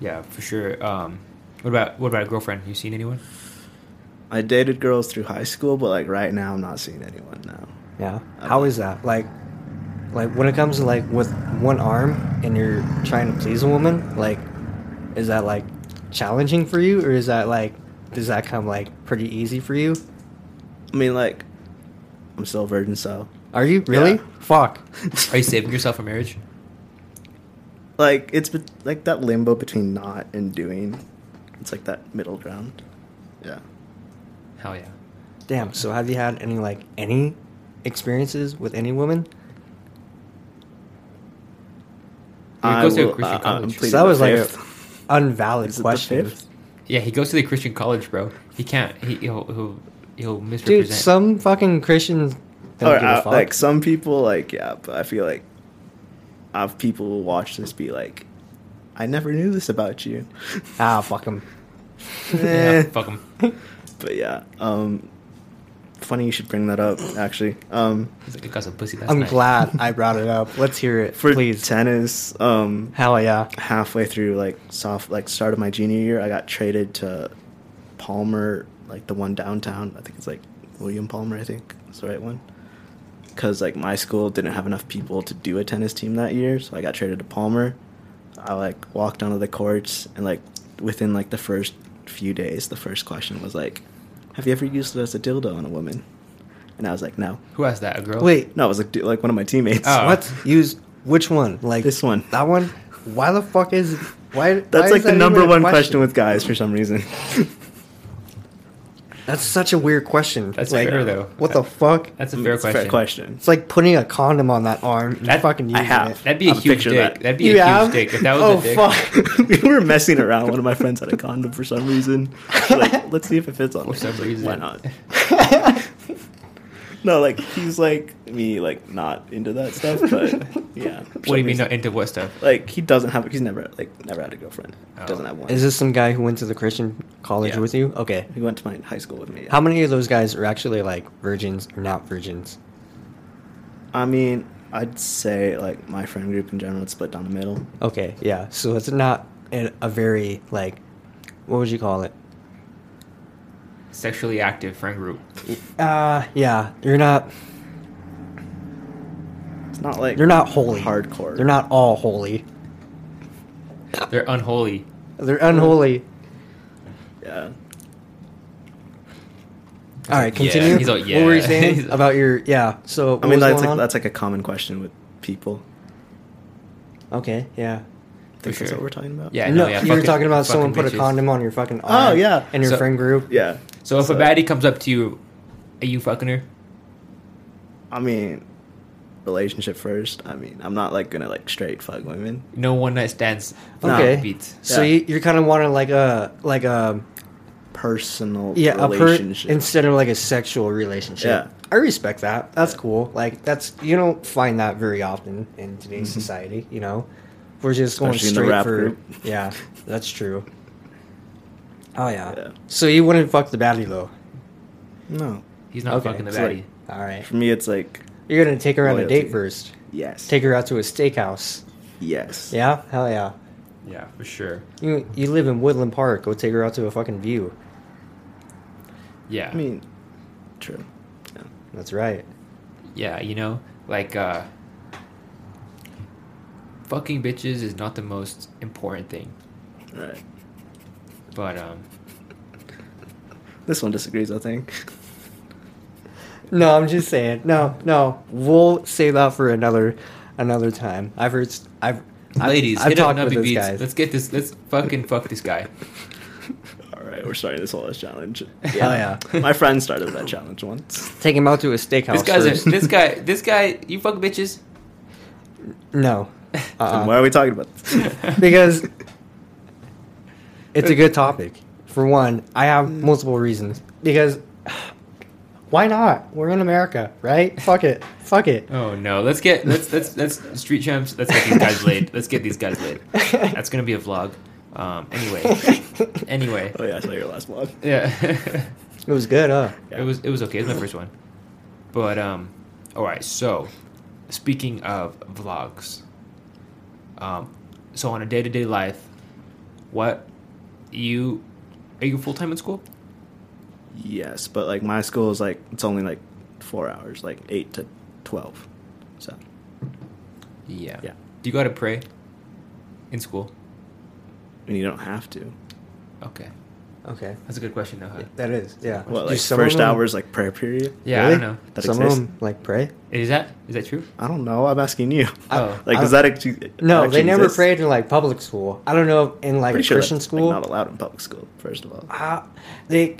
A: yeah, for sure. Um, what about what about a girlfriend? You seen anyone?
B: I dated girls through high school, but like right now, I'm not seeing anyone now.
C: Yeah.
B: I
C: How
B: like-
C: is that? Like like when it comes to like with one arm and you're trying to please a woman, like is that like challenging for you or is that like does that come like pretty easy for you?
B: I mean, like I'm still a virgin, so [laughs]
C: Are you really?
B: Yeah.
C: Fuck.
A: Are you saving yourself for marriage?
B: like it's be- like that limbo between not and doing. It's like that middle ground. Yeah.
A: Hell yeah.
C: Damn. So have you had any like any experiences with any woman?
A: Well, it
B: I
A: goes to a
B: will- uh,
A: Christian
B: I'm
A: college.
B: pleading
C: So that
B: the
C: was like a
B: fifth.
C: unvalid
B: Is it the
C: question.
B: fifth?
A: Yeah, he goes to the Christian college, bro. He can't. He, he'll he'll he'll misrepresent.
C: Dude, some fucking Christians don't
B: or
C: give a
B: uh,
C: fuck.
B: like some people like yeah but i feel like i've people will watch this be like i never knew this about you
C: [laughs] ah, fuck 'em.
A: yeah,
B: [laughs] Eh,
A: fuck him.
B: [laughs] but yeah um funny you should bring that up actually um
A: He's like, I got some pussy last
C: I'm
A: night.
C: glad I brought it up. Let's hear it,
B: for
C: please.
B: tennis um
C: Hell yeah.
B: halfway through like soft like start of my junior year i got traded to palmer like the one downtown i think it's like william palmer i think is the right one because like my school didn't have enough people to do a tennis team that year so i got traded to palmer i like walked onto the courts and like within like the first few days the first question was like have you ever used it as a dildo on a woman and i was like no
A: Who asked that? A girl?
B: [laughs]
C: Wait,
B: no it was like, d- like one of my teammates
A: Oh.
C: what? Use Which one? Like
B: This one.
C: That one? Why the fuck is why?
B: That's like the number one question.
C: question
B: with guys for some reason.
C: That's such a weird question.
A: That's
C: like,
A: fair, though.
C: What the fuck?
A: That's a fair
B: It's
A: question.
B: Fair question.
C: It's like putting a condom on that arm. And
A: That-
C: fucking using
B: I have.
C: it.
A: That'd be a
B: I'll
A: huge
B: picture
A: dick.
B: that.
A: That'd be
C: You
A: a huge
C: have?
A: dick. If that was
C: oh
A: a dick.
B: [laughs]
C: fuck!
B: we were messing around. One of my friends had a condom for some reason.
C: [laughs]
B: Like, let's see if it fits on.
A: For
B: there.
A: some reason.
B: why not? no, like he's like me, like not into that stuff.
C: [laughs]
B: But yeah, for
A: What do you
B: some
A: mean
B: reason.
A: not into what stuff?
B: Like he doesn't have. He's never like never had a girlfriend.
A: Oh.
B: Doesn't have one.
C: Is this some guy who went to the Christian college
B: Yeah.
C: with you? Okay.
B: he went to my high school with me. yeah.
C: How many of those guys are actually like virgins or not virgins?
B: I mean, I'd say like my friend group in general it's split down the middle.
C: Okay, yeah. So it's not a, a very like, what would you call it?
A: Sexually active friend group.
C: Uh, yeah. You're not.
B: It's not like
C: You're not holy.
B: Hardcore.
C: They're not all holy.
A: They're unholy.
C: They're unholy.
B: Yeah.
C: All right,
A: Yeah.
C: continue.
A: He's like,
C: What
A: yeah. [laughs]
C: were you
A: He's
C: saying
A: like-
C: about your? Yeah. So what
B: I mean,
C: was
B: that's
C: going
B: like
C: on?
B: that's like a common question with people.
C: okay. Yeah.
B: I
A: For
B: think that's
A: sure.
B: what we're talking about.
A: Yeah,
C: no,
A: no, yeah,
C: you were
A: fucking-
C: talking about someone
A: fucking
C: put a
A: bitches.
C: condom on your fucking arm.
B: Oh, yeah.
C: In your
A: So-
C: friend group.
B: Yeah.
A: So if a baddie comes up to you, are you fucking her?
B: I mean, relationship first. I mean, I'm not like gonna like straight fuck women.
A: No one night stands.
B: No.
C: Okay.
A: Beats.
C: So
B: Yeah.
C: you, you're kind of wanting like a like a
B: Personal
C: yeah a per,
B: relationship.
C: instead of like a sexual relationship.
B: Yeah.
C: I respect that. That's cool. Like that's you don't find that very often in today's society. You know, we're just going
B: Mm-hmm. Especially in the
C: straight
B: rap
C: for
B: group.
C: [laughs] yeah. That's true. Oh yeah.
B: Yeah.
C: So you wouldn't fuck the baddie though.
B: no.
A: He's not
C: Okay,
A: fucking the
B: it's like-
A: baddie.
C: All right.
B: For me, it's like
C: You're gonna take her on a date
B: Loyalty.
C: first.
B: yes,
C: Take her out to a steakhouse.
B: yes.
C: Yeah. Hell yeah.
A: yeah, for sure.
C: You you live in Woodland Park. Go take her out to a fucking view.
A: Yeah.
B: I mean, true. Yeah.
C: That's right.
A: yeah, you know, like uh fucking bitches is not the most important thing,
B: Right.
A: but um
B: This one disagrees. I think. [laughs]
C: No, I'm just saying. No, no. We'll save that for another another time. I've heard. s- I've. I've-
A: ladies,
C: I've,
A: hit up
C: talked with
A: Nubby
C: this
A: Beats.
C: guy.
A: Let's get this. Let's fucking fuck this guy.
B: [laughs] All right, we're starting this whole ass challenge.
C: Yeah. yeah.
B: My friend started that challenge once.
C: Take him out to a steakhouse.
A: This guy's
C: first.
A: a, this guy. This guy. You fuck bitches.
C: [laughs]
A: [laughs]
C: no,
B: And
C: uh-uh.
B: Why are we talking about this?
C: [laughs] because it's a good topic. For one, I have multiple reasons. Because [sighs] why not? We're in America, right? Fuck it. Fuck it.
A: Oh no. Let's get. Let's let's let's street champs. Let's get these guys laid. Let's get these guys [laughs] laid. That's gonna be a vlog. Um. [laughs]
B: [laughs]
A: Anyway. Anyway.
B: oh yeah, I saw your last vlog.
A: Yeah.
C: It was good, huh?
A: It was it was okay. It was my first one. But um, all right. So, speaking of vlogs, um, so on a day to day life, what you are you full time in school?
B: Yes, but like my school is like it's only like four hours, like eight to twelve. So
A: Yeah.
B: Yeah.
A: Do you got to pray in school?
B: and you don't have to.
A: Okay,
C: Okay.
A: that's a good question though. Huh?
C: That is, yeah.
B: What
C: Do
B: like
C: some of
B: first
C: them-
B: hours like prayer period?
A: Yeah, I
C: Really?
A: don't know.
B: That
C: some
B: exists?
C: of them like pray.
A: Is that is that true?
B: I don't know. I'm asking you.
C: I-
A: oh,
B: Like, does
C: I-
B: that actually?
C: No,
B: actually
C: they never
B: exist?
C: prayed in like public school. I don't know if in like a
B: Pretty sure
C: Christian
B: that's, like,
C: school.
B: not allowed in public school. First of all,
C: Ah, they,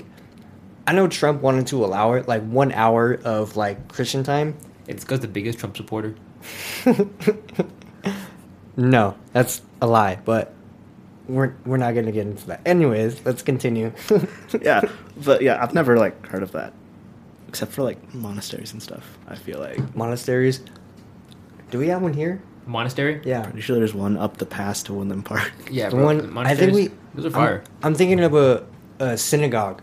C: I know Trump wanted to allow it like one hour of like Christian time. [laughs]
A: it's because the biggest Trump supporter.
C: No, that's a lie. But we're we're not gonna get into that. Anyways, let's continue. [laughs]
B: [laughs] yeah, but yeah, I've never like heard of that, except for like monasteries and stuff. I feel like
C: Monasteries. Do we have one here?
A: Monastery.
C: Yeah.
B: pretty sure there's one up the pass to Woodland Park.
A: Yeah,
C: The
A: bro.
C: one I think
A: monasteries,
C: we.
A: those are
C: I'm-
A: fire.
C: I'm, thinking of a, a synagogue.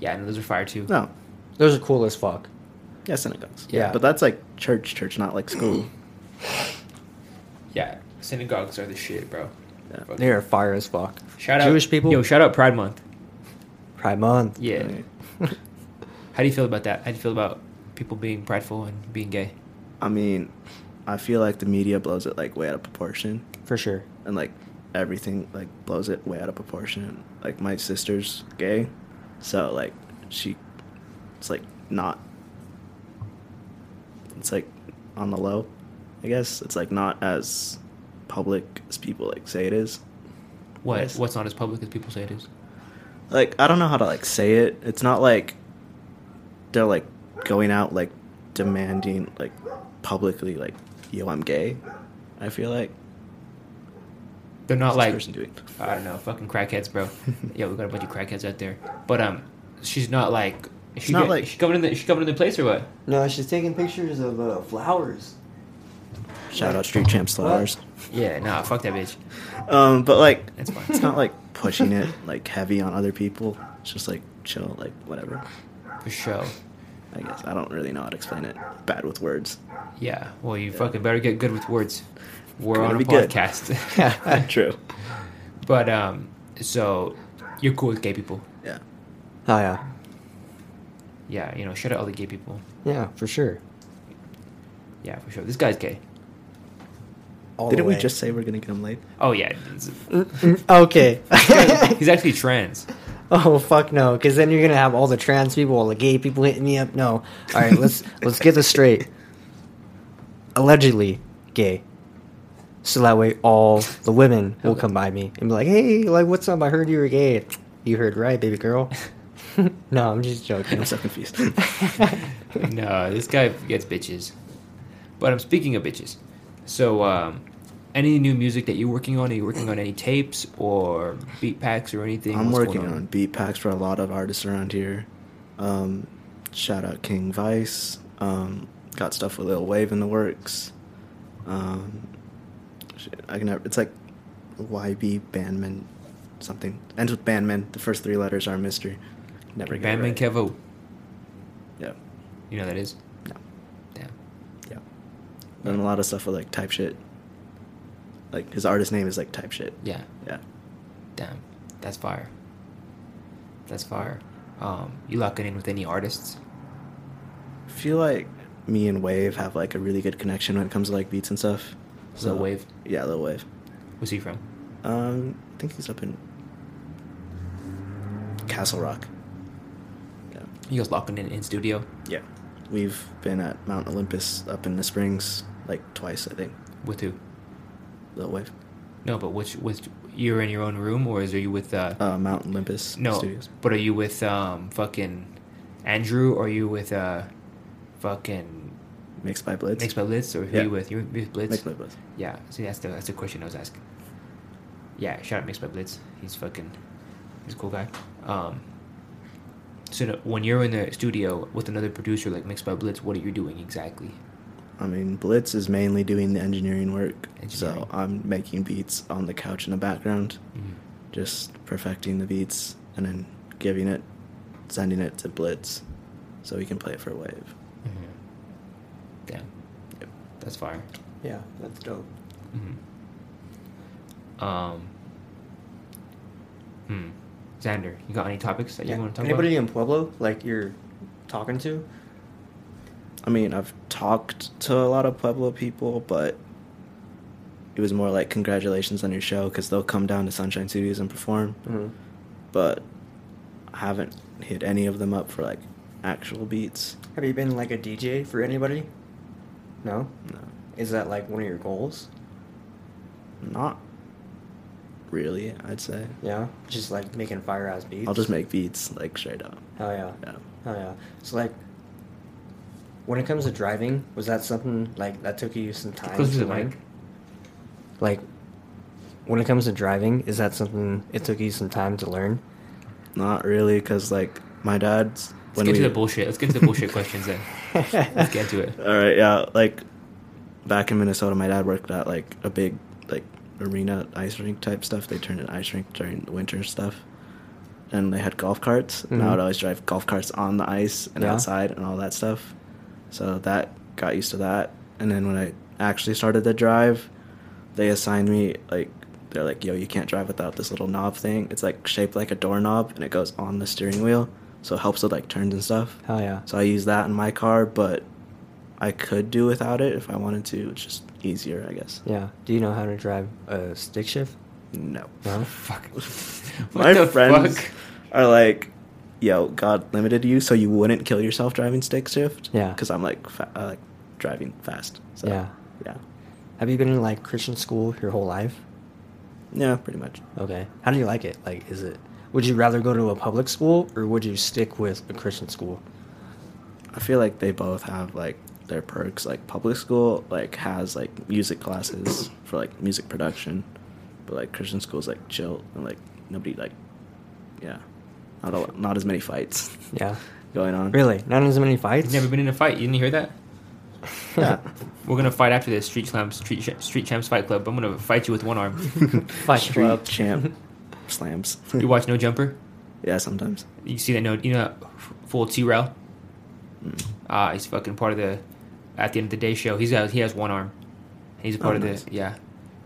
A: yeah, and those are fire too.
B: No,
C: Those are cool as fuck.
B: yeah, synagogues.
C: Yeah.
B: but that's like church, church, not like school.
A: Yeah, synagogues are the shit, bro.
B: Yeah.
A: Fuck.
C: They are fire as fuck.
A: Shout out
C: Jewish people.
A: Yo, shout out Pride Month.
C: Pride month.
A: Yeah. How do you feel about that? How do you feel about people being prideful and being gay?
B: [laughs] I mean, I feel like the media blows it like way out of proportion,
C: for sure.
B: and like everything like blows it way out of proportion. Like my sister's gay, so like she, it's like not. It's like on the low, I guess it's like not as public as people like say it is.
A: What
C: Yes.
A: what's not as public as people say it is.
B: Like I don't know how to like say it. It's not like they're like going out like demanding like publicly like yo I'm gay. I feel like
A: They're not
B: What's this
A: like
B: person doing.
A: I don't know, fucking crackheads,
C: [laughs]
A: bro. yeah, we got a bunch of crackheads out there. But um, she's not like is she
B: not
A: get-
B: like-
A: is she coming in the is she coming in the place or what?
C: No, she's taking pictures of uh, flowers.
B: Shout out Street Champs Flowers.
A: Yeah, nah, fuck that bitch.
B: Um, but like
A: That's fine.
B: it's not like pushing it like heavy on other people. It's just like chill, like whatever.
A: For sure.
B: I guess I don't really know how to explain it. Bad with words.
A: Yeah. Well, you fucking better get good with words. We're
B: Gotta
A: on a
B: be good.
A: podcast.
B: [laughs] True.
A: but um, so you're cool with gay people.
B: Yeah.
C: Oh yeah,
A: Yeah, you know, shout out all the gay people.
C: yeah, for sure.
A: Yeah, for sure. This guy's gay.
C: All the
B: Didn't we
C: way.
B: just say we're gonna get him late?
A: Oh yeah, it's-
C: Mm, [laughs] okay.
A: [laughs] he's actually
B: [laughs]
A: trans.
C: [laughs] oh fuck no, because then you're gonna have all the trans people, all the gay people hitting me up. No, all right,
A: [laughs]
C: let's let's get this straight. Allegedly gay, so that way all the women will come by me and be like, "Hey, like, what's up? I heard you were gay. You heard right,
A: [laughs]
C: baby girl." [laughs] no, I'm just joking.
B: I'm so confused.
A: no, this guy gets bitches. But I'm speaking of bitches. So, um, any new music that you're working on? Are you working on any tapes or beat packs or anything?
B: I'm
A: What's
B: working
A: going
B: on? beat packs for a lot of artists around here. Um, shout out King Vice. Um, got stuff with Lil Wave in the works. Um, shit, I can never, it's like YB Bandman something ends with Bandman. The first three letters are a mystery. Never get it
A: Batman
B: right.
A: Kevo.
B: Yeah,
A: You know who that is?
B: no,
A: Damn.
B: yeah. And a lot of stuff with like type shit. Like his artist name is like type shit.
A: Yeah.
B: Yeah.
A: Damn. That's fire. That's fire. Um, you locking in with any artists?
B: feel like me and Wave have like a really good connection when it comes to like beats and stuff.
A: Lil Wave?
B: Yeah, Lil Wave.
A: Where's he from?
B: Um, I think he's up in Castle Rock. Yeah.
A: You guys locking in in studio?
B: Yeah. We've been at Mount Olympus up in the Springs like twice, I think.
A: With who?
B: Lil Wave.
A: No, but which which you're in your own room or is are you with uh,
B: Uh, Mount Olympus
A: No,
B: Studios.
A: but are you with um fucking Andrew? Or are you with uh fucking
B: Mixed by Blitz.
A: Mixed by Blitz? Or who
B: Yeah.
A: are you with? You with Blitz?
B: Mixed by Blitz.
A: Yeah. See, that's the that's the question I was asking. Yeah, shout out Mixed by Blitz. He's fucking he's a cool guy. Um. So no- when you're in the studio with another producer like Mixed by Blitz, what are you doing exactly?
B: I mean, Blitz is mainly doing the engineering work,
A: Engineering.
B: so I'm making beats on the couch in the background.
A: Mhm.
B: just perfecting the beats and then giving it, sending it to Blitz, so he can play it for Wave.
A: Damn, that's fire.
C: Yeah, that's dope.
A: Mhm. Um. Hmm. Xander, you got any topics that you want to talk
C: Anybody
A: about?
C: in Pueblo, like you're talking to?
B: I mean, I've talked to a lot of Pueblo people, but it was more like congratulations on your show because they'll come down to Sunshine Studios and perform.
C: Mm-hmm.
B: But I haven't hit any of them up for like actual beats.
C: Have you been like a DJ for anybody? No.
B: No,
C: Is that like one of your goals?
B: not really. I'd say
C: Yeah, just like making fire ass beats.
B: I'll just make beats like straight up.
C: Hell yeah.
B: Yeah.
C: Hell yeah. So like, when it comes to driving, was that something like that took you some time?
A: Close to
C: to
A: the
C: learn?
A: mic.
C: Like, when it comes to driving, is that something it took you some time to learn?
B: Not really, because like my dad's.
A: Let's get to the bullshit. Let's
B: [laughs]
A: get to the bullshit questions then. Let's get to it.
B: All right, yeah. Like back in Minnesota, my dad worked at like a big like arena ice rink type stuff. They turned an ice rink during the winter stuff, and they had golf carts. And I
C: Mhm.
B: would always drive golf carts on the ice and
C: Yeah.
B: outside and all that stuff. So that got used to that. And then when I actually started to drive, they assigned me like they're like, "Yo, you can't drive without this little knob thing. It's like shaped like a doorknob, and it goes on the steering wheel, so it helps with like turns and stuff."
C: Hell yeah.
B: So I use that in my car, but I could do without it if I wanted to. It's just easier, I guess.
C: yeah. Do you know how to drive a stick shift?
B: No. [laughs]
C: No.
A: Fuck. What
B: my
A: the
B: friends
A: fuck?
B: are like, yo, God limited you so you wouldn't kill yourself driving stick shift.
C: Yeah.
B: Because I'm like, fa- I like uh, driving fast. So
C: Yeah.
B: Yeah.
C: Have you been in like Christian school your whole life?
B: Yeah, pretty much.
C: Okay. How do you like it? Like, is it? Would you rather go to a public school or would you stick with a Christian school?
B: I feel like they both have like their perks. Like public school like has like music [clears throat] classes for like music production, but like Christian school is like chill and like nobody like, yeah, not a, not as many fights.
C: Yeah.
B: [laughs] going on. [laughs]
C: Really? Not as many fights?
A: You've never been in a fight. You didn't hear that?
C: [laughs]
B: Yeah.
A: We're gonna fight after this street champs, street, Ch- street champs fight club. I'm gonna fight you with
B: [laughs]
A: one arm.
C: Fight
B: Club [laughs]
C: Club.
B: champ slams.
A: you watch No Jumper?
B: yeah, sometimes.
A: You see that? No, you know, that f- full T Rel.
B: Mm.
A: Uh, he's fucking part of the. At the end of the day show, he's got he has one arm. He's a part
B: Oh,
A: of
B: nice.
A: the yeah,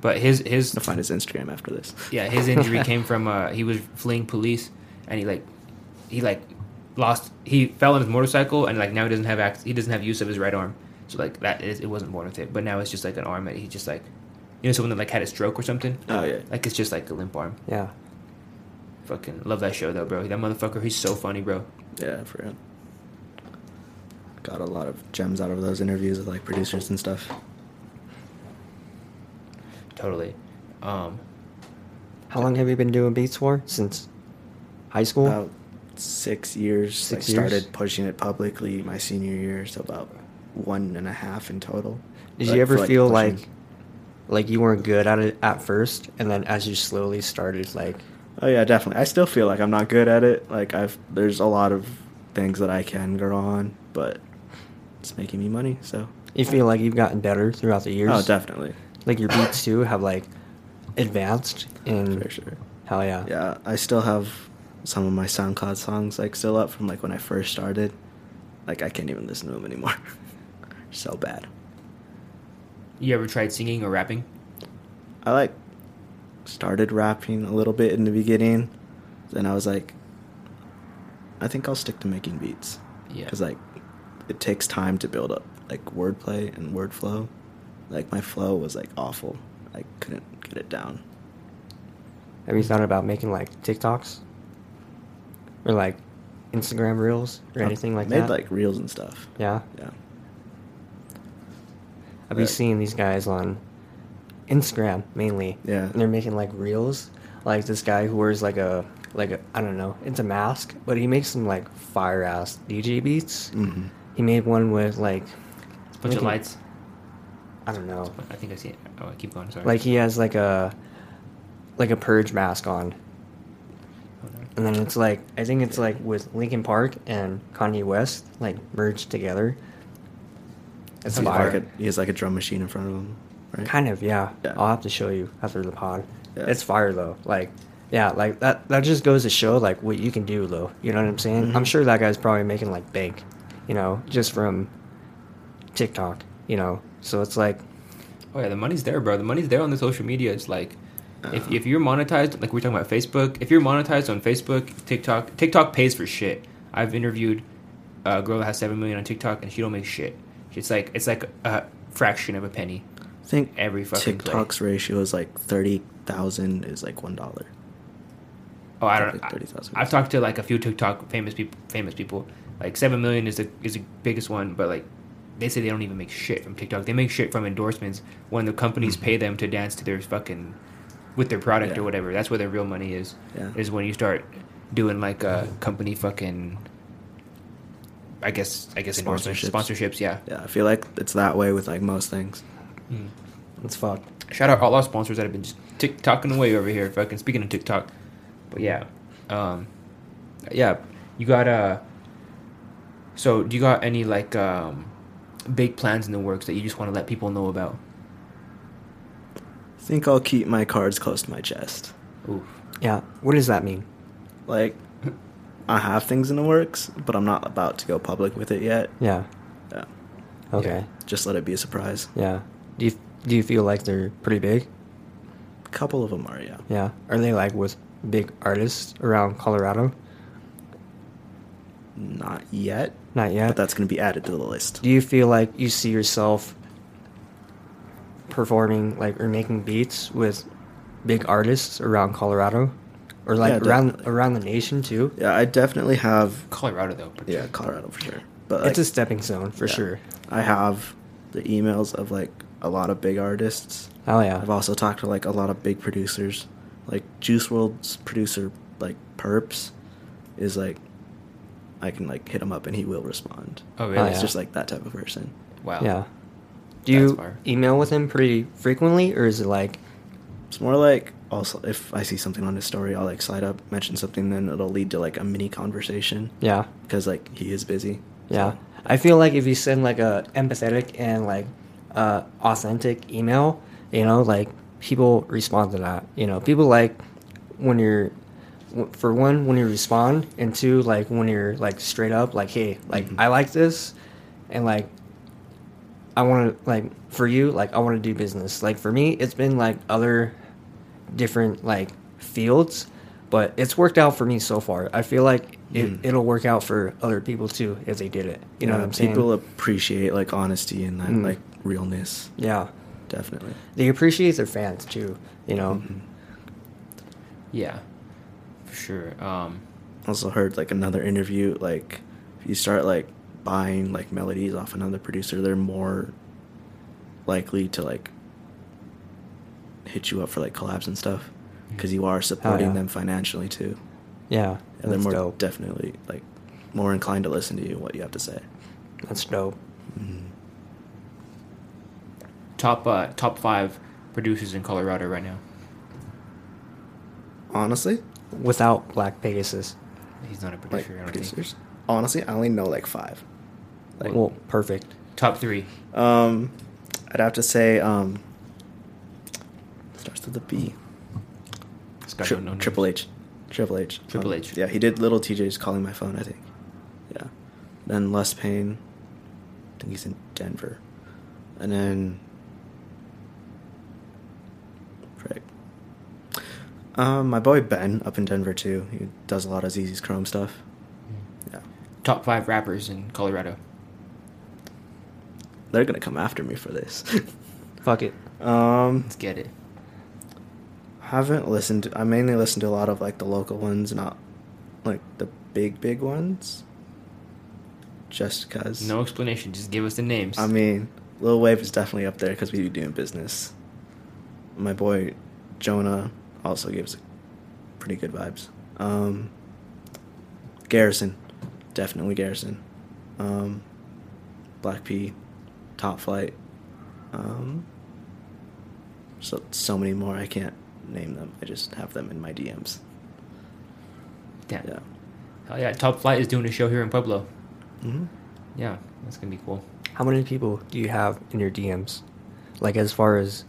A: but his his
B: I'll find his Instagram after this.
A: yeah his
B: [laughs]
C: [laughs]
A: injury came from uh he was fleeing police and he like he like lost he fell on his motorcycle and like now he doesn't have ac- he doesn't have use of his right arm so like that is it wasn't born with it but now it's just like an arm that he just like you know someone that like had a stroke or something
B: Oh yeah.
A: like it's just like a limp arm
C: Yeah.
A: fucking love that show though bro that motherfucker he's so funny bro
B: Yeah, for real. Got a lot of gems out of those interviews with like producers and stuff.
A: totally um
C: How long have you been doing Beats for? Since high school?
B: About six years.
C: Six
B: like,
C: years?
B: Started pushing it publicly my senior year, so about one and a half in total.
C: Did
B: Like,
C: you ever
B: for,
C: feel
B: pushing-
C: like like you weren't good at it at first and then as you slowly started like
B: Oh yeah, definitely. I still feel like I'm not good at it. Like I've there's a lot of things that I can grow on, but it's making me money. So
C: you feel like you've gotten better throughout the years?
B: oh, definitely.
C: Like your
B: [coughs]
C: beats too have like advanced in
B: For sure.
C: Hell yeah.
B: Yeah, I still have some of my SoundCloud songs like still up from like when I first started. Like I can't even listen to them anymore. [laughs] so bad.
A: you ever tried singing or rapping
B: I like started rapping a little bit in the beginning. Then I was like, I think I'll stick to making beats.
A: Yeah.
B: Because like, it takes time to build up like wordplay and word flow. Like my flow was like awful. I couldn't get it down.
C: Have you thought about making like TikToks or like Instagram reels or
B: I've
C: anything like
B: made,
C: that?
B: like reels and stuff.
C: yeah.
B: Yeah.
C: I've been
B: Yeah.
C: seeing these guys on Instagram mainly.
B: Yeah.
C: And they're making like reels. Like this guy who wears like a like a I don't know, it's a mask, but he makes some like fire ass DJ beats.
B: Mm-hmm.
C: He made one with like
A: bunch of
C: making-
A: lights
C: I don't know.
A: i think i see it oh i keep going sorry
C: Like he uh, has like a like a purge mask on.
A: Hold on.
C: And then it's like I think it's like with Linkin Park and Kanye West like merged together. It's
B: He's
C: fire.
B: like a, he has like a drum machine in front of him. Right?
C: Kind of, yeah.
B: Yeah.
C: I'll have to show you after the pod.
B: Yeah.
C: It's fire though. Like, yeah, like that. That just goes to show like what you can do though. You know what I'm saying?
B: Mm-hmm.
C: I'm sure that guy's probably making like bank, you know, just from TikTok. You know, so it's like,
A: Oh yeah, the money's there, bro. The money's there on the social media. It's like if, if you're monetized, like we're talking about Facebook. If you're monetized on Facebook, TikTok, TikTok pays for shit. I've interviewed a girl that has seven million on TikTok, and she don't make shit. It's like it's like a fraction of a penny.
B: I think
A: every fucking play.
B: TikTok's ratio is like thirty thousand is like one dollar.
A: Oh, I
B: It's
A: don't.
B: like 30,000.
A: I, I've talked to like a few TikTok famous people. Famous people, like seven million is the is the biggest one, but like they say they don't even make shit from TikTok. They make shit from endorsements when the companies pay them to dance to their fucking with their product
B: Mm-hmm. Yeah.
A: or whatever. That's where their real money is.
B: Yeah.
A: Is when you start doing like a company fucking. I guess I guess endorsements,
B: Sponsorships.
A: sponsorships. Yeah.
B: Yeah, I feel like it's that way with like most things.
A: Mm.
C: it's fucked.
A: Shout out all our sponsors that have been just TikToking away over here, fucking speaking of TikTok. But yeah, um, yeah, you got uh. So do you got any like um, big plans in the works that you just want to let people know about?
B: I think I'll keep my cards close to my chest.
A: Oof.
C: Yeah. What does that mean?
B: Like, I have things in the works, but I'm not about to go public with it yet.
C: Yeah.
B: Yeah.
C: Okay.
B: Just let it be a surprise.
C: Yeah. Do you do you feel like they're pretty big?
B: A couple of them are, yeah.
C: Yeah. Are they like with big artists around Colorado?
B: Not yet,
C: Not yet.
B: but that's going to be added to the list.
C: Do you feel like you see yourself performing like or making beats with big artists around Colorado or like
B: Yeah,
C: around
B: definitely.
C: around the nation too?
B: Yeah, I definitely have.
A: Colorado though.
B: Yeah, Colorado for sure. But like,
C: it's a stepping stone for
B: yeah,
C: sure.
B: I have the emails of like a lot of big artists.
C: Oh yeah.
B: I've also talked to like a lot of big producers, like Juice World's producer, like Perps, is like, I can like hit him up and he will respond.
A: Oh,
B: And
A: really?
B: It's
C: yeah.
B: just like that type of person.
A: Wow.
C: Yeah. Do
A: That's
C: you
A: fire.
C: email with him pretty frequently, or is it like,
B: It's more like also if I see something on his story, I'll like slide up, mention something, then it'll lead to like a mini conversation
C: yeah,
B: because like he is busy.
C: yeah? I feel like if you send like a empathetic and like uh, authentic email, you know, like people respond to that. You know, people like when you're w- for one when you respond, and two like when you're like straight up, like hey, like I like this, and like I want to like for you, like I want to do business. Like for me, it's been like other different like fields, but it's worked out for me so far. I feel like it, it'll work out for other people too if they did it. You know
B: Mm. Yeah,
C: what I'm saying?
B: People appreciate like honesty and that
C: Mm.
B: like realness,
C: yeah,
B: definitely.
C: they appreciate their fans too. You know?
B: Mm-hmm.
A: Yeah. For sure. Um,
B: also heard like another interview like if you start like buying like melodies off another producer they're more likely to like hit you up for like collabs and stuff because you are supporting
C: Oh, yeah.
B: them financially too
C: Yeah,
B: and they're
C: that's
B: more
C: dope.
B: definitely like more inclined to listen to you and what you have to say
C: that's dope.
A: top uh, top five producers in Colorado right now.
B: honestly
C: Without Black Pegasus,
A: He's not a
B: like
A: producer. I don't think.
B: producers honestly i only know like five
A: Like-
C: well, perfect.
A: Top three.
B: um i'd have to say um starts with a b
A: This guy
B: Tri-
A: don't know names.
B: Triple H. Triple H.
A: Triple
B: Um,
A: H.
B: Yeah, he did Little TJ's Calling My Phone, I think. Yeah. Then Les Payne. I think he's in Denver. And then. Frick. Um, my boy Ben up in Denver, too. He does a lot of ZZ's Chrome stuff. Yeah.
A: Top five rappers in Colorado.
B: They're going to come after me for this. [laughs]
C: Fuck it.
B: um,
A: Let's get it.
B: haven't listened. I mainly listen to a lot of like the local ones, not like the big big ones. Just cause.
A: No explanation. Just give us the names.
B: I mean, Lil Wave is definitely up there because we do doing business. My boy Jonah also gives pretty good vibes. Um, Garrison, definitely Garrison. Um, Black P, Top Flight. Um, so so many more. I can't name them. I just have them in my DMs.
A: Damn.
B: Yeah.
A: Hell yeah. Top Flight is doing a show here in Pueblo.
B: Mm-hmm.
A: Yeah. That's going to be cool.
C: How many people do you have in your DMs? Like as far as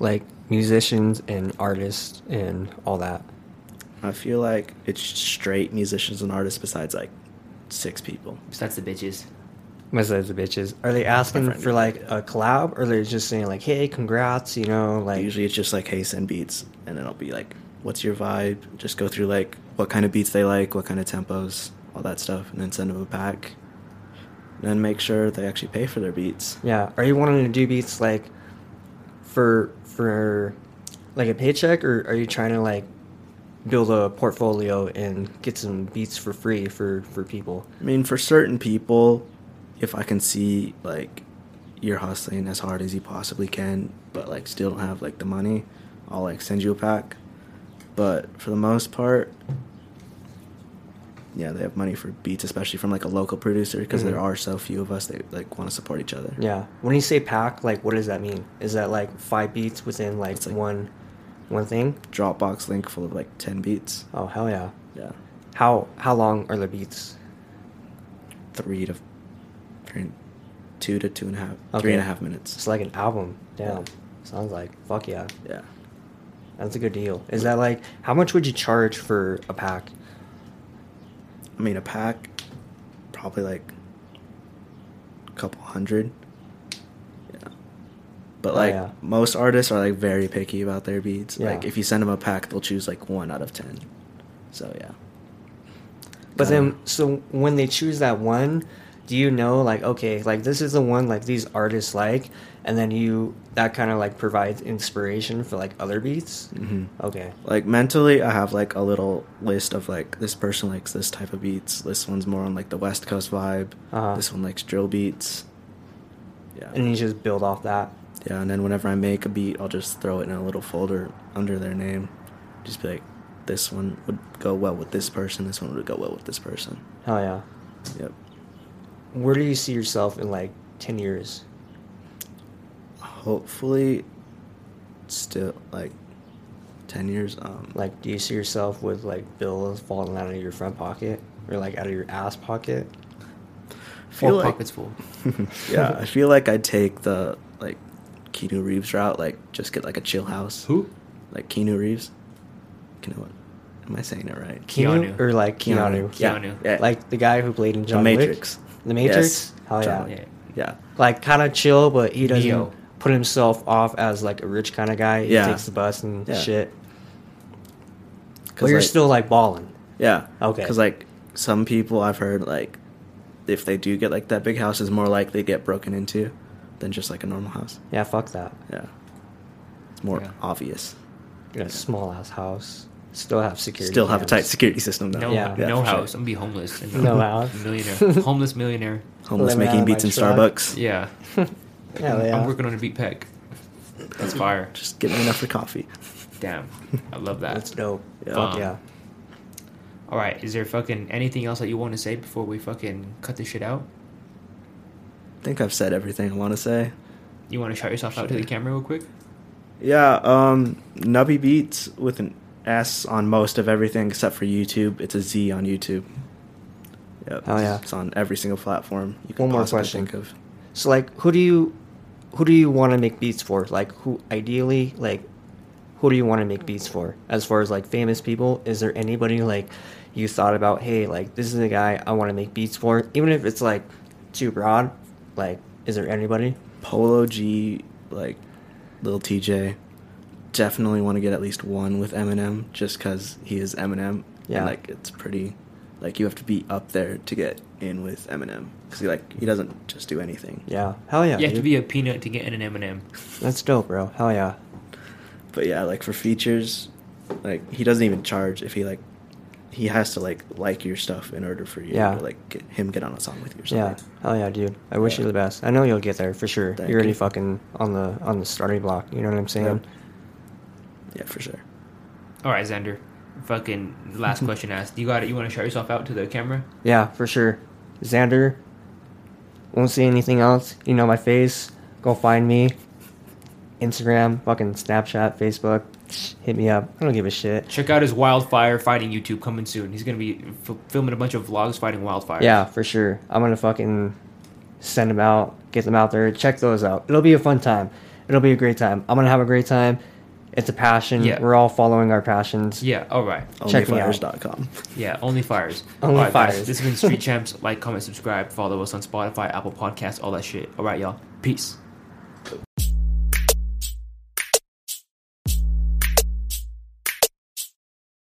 C: like musicians and artists and all that.
B: I feel like it's straight musicians and artists besides like six people.
A: Besides the bitches.
C: Besides the bitches, are they asking for like a collab, or they're just saying like, "Hey, congrats," you know, like
B: Usually it's just like, hey, send beats, and it'll be like, what's your vibe? Just go through like what kind of beats they like, what kind of tempos, all that stuff, and then send them a pack. And then make sure they actually pay for their beats.
C: yeah. Are you wanting to do beats like for for like a paycheck, or are you trying to like build a portfolio and get some beats for free for for people?
B: I mean, for certain people, if I can see like you're hustling as hard as you possibly can, but like still don't have like the money, I'll like send you a pack. But for the most part, yeah, they have money for beats, especially from like a local producer, because there
C: Mhm.
B: are so few of us. They like want to support each other.
C: Yeah. When you say pack, like what does that mean? Is that like five beats within like,
B: like-
C: one one thing?
B: Dropbox link full of like ten beats.
C: Oh hell yeah.
B: Yeah,
C: How how long are the beats?
B: three to three, two to two and a half,
C: Okay.
B: three and a half minutes.
C: It's like an album. Damn. Sounds like fuck yeah.
B: Yeah,
C: That's a good deal. Is that like how much would you charge for a pack?
B: I mean a pack, probably like a couple hundred. Yeah, but
C: Oh,
B: like
C: yeah.
B: most artists are like very picky about their beats. Like
C: Yeah.
B: if you send them a pack, they'll choose like one out of ten. So yeah,
C: But then
B: Um,
C: so when they choose that one, do you know like okay, like this is the one like these artists like and then you that kind of like provides inspiration for like other beats?
B: Mhm.
C: Okay.
B: like mentally i have like a little list of like this person likes this type of beats this one's more on like the west coast vibe
C: Uh-huh.
B: this one likes drill beats Yeah.
C: and you just build off that.
B: Yeah, and then whenever I make a beat, I'll just throw it in a little folder under their name. Just be like, this one would go well with this person, this one would go well with this person.
C: Hell yeah.
B: Yep.
C: Where do you see yourself in like ten years?
B: Hopefully, still like 10 years. Um,
C: Like, do you see yourself with like bills falling out of your front pocket or like out of your ass pocket?
A: Four
B: feel like-
A: pockets full.
B: [laughs] yeah, I feel like I'd take the like Keanu Reeves route, like just get like a chill house.
A: Who?
B: Like Keanu Reeves. You know what? Am I saying it right?
A: Keanu.
C: or like Keanu,
B: Keanu.
C: Yeah.
A: Keanu.
B: Yeah.
C: like the guy who played in John Wick?
B: Matrix.
C: The Matrix.
B: Yes.
C: Hell yeah.
B: John
A: Yeah.
B: Yeah.
C: Like kind of chill, but he doesn't
A: Neo.
C: put himself off as like a rich kind of guy. He
B: Yeah.
C: takes the bus and
B: Yeah.
C: shit.
B: 'Cause,
C: But you're
B: like-
C: still like balling.
B: Yeah.
C: Okay.
B: Because like some people I've heard like if they do get like that big house is more likely to get broken into than just like a normal house.
C: Yeah, fuck that.
B: Yeah. It's more
A: Yeah.
B: obvious.
C: In a small ass house, still have security.
B: Still have a tight
C: cameras.
B: security system though.
A: No,
C: Yeah. Yeah,
A: no
B: for sure.
A: house. I'm gonna be homeless. and [laughs]
C: No house. [laughs]
A: Millionaire. homeless millionaire.
B: Homeless
C: Living out
B: making
C: of my
B: beats in
C: truck.
B: Starbucks.
A: Yeah.
C: Hell yeah.
A: I'm working on a beat pack. That's fire.
B: [laughs] Just get me enough for coffee.
A: Damn. I love that.
C: That's dope.
B: Yeah.
C: Fuck
A: Um,
C: yeah.
A: All right. Is there fucking anything else that you want to say before we fucking cut this shit out?
B: I think I've said everything I want to say.
A: You want to shout yourself out to the camera real quick?
B: Yeah, um, Nubby Beats with an S on most of everything except for YouTube. It's a Z on YouTube. Yep.
C: Hell yeah.
B: It's on every single platform you can
C: One more
B: possibly
C: question.
B: think of.
C: So like, who do you, who do you want to make beats for? Like, who ideally, like, who do you want to make beats for? As far as like famous people, is there anybody like you thought about? Hey, like this is the guy I want to make beats for, even if it's like too broad. Like, is there anybody?
B: Polo G, like Lil TJ. Definitely want to get at least one with Eminem, just because he is Eminem.
C: Yeah.
B: and, like it's pretty. Like you have to be up there to get in with Eminem, because he like he doesn't just do anything.
C: Yeah, hell yeah.
A: You have to
C: dude.
A: be a peanut to get in an M&M.
C: That's dope, bro. Hell yeah.
B: But yeah, like for features, like he doesn't even charge if he like. He has to like like your stuff in order for you
C: Yeah.
B: to like get him get on a song with you or
C: Yeah,
B: something.
C: hell yeah, dude. I wish
B: Yeah.
C: you the best. I know you'll get there for sure.
B: Thank
C: You're already
B: you.
C: fucking on the on the starting block. You know what I'm saying?
B: Yeah, for sure.
A: All right, Xander. Fucking
C: [laughs]
A: last question asked. You got it. You want to shout yourself out to the camera?
C: Yeah, for sure. Xander, won't see anything else. You know my face. Go find me. Instagram, fucking Snapchat, Facebook. Hit me up. I don't give a shit.
A: Check out his wildfire fighting YouTube coming soon. He's gonna be f- filming a bunch of vlogs fighting wildfires.
C: Yeah, for sure. I'm gonna fucking send them out, get them out there, check those out. It'll be a fun time. It'll be a great time. I'm gonna have a great time. It's a passion.
A: Yeah.
C: We're all following our passions.
A: Yeah. All right.
C: Check me out.
B: Onlyfires.com.
A: Yeah, only fires.
C: Oh. Only
A: Alright, guys,
C: fires. [laughs]
A: This has been Street Champs. Like, comment, subscribe, follow us on Spotify, Apple Podcasts, all that shit. All right, y'all. Peace.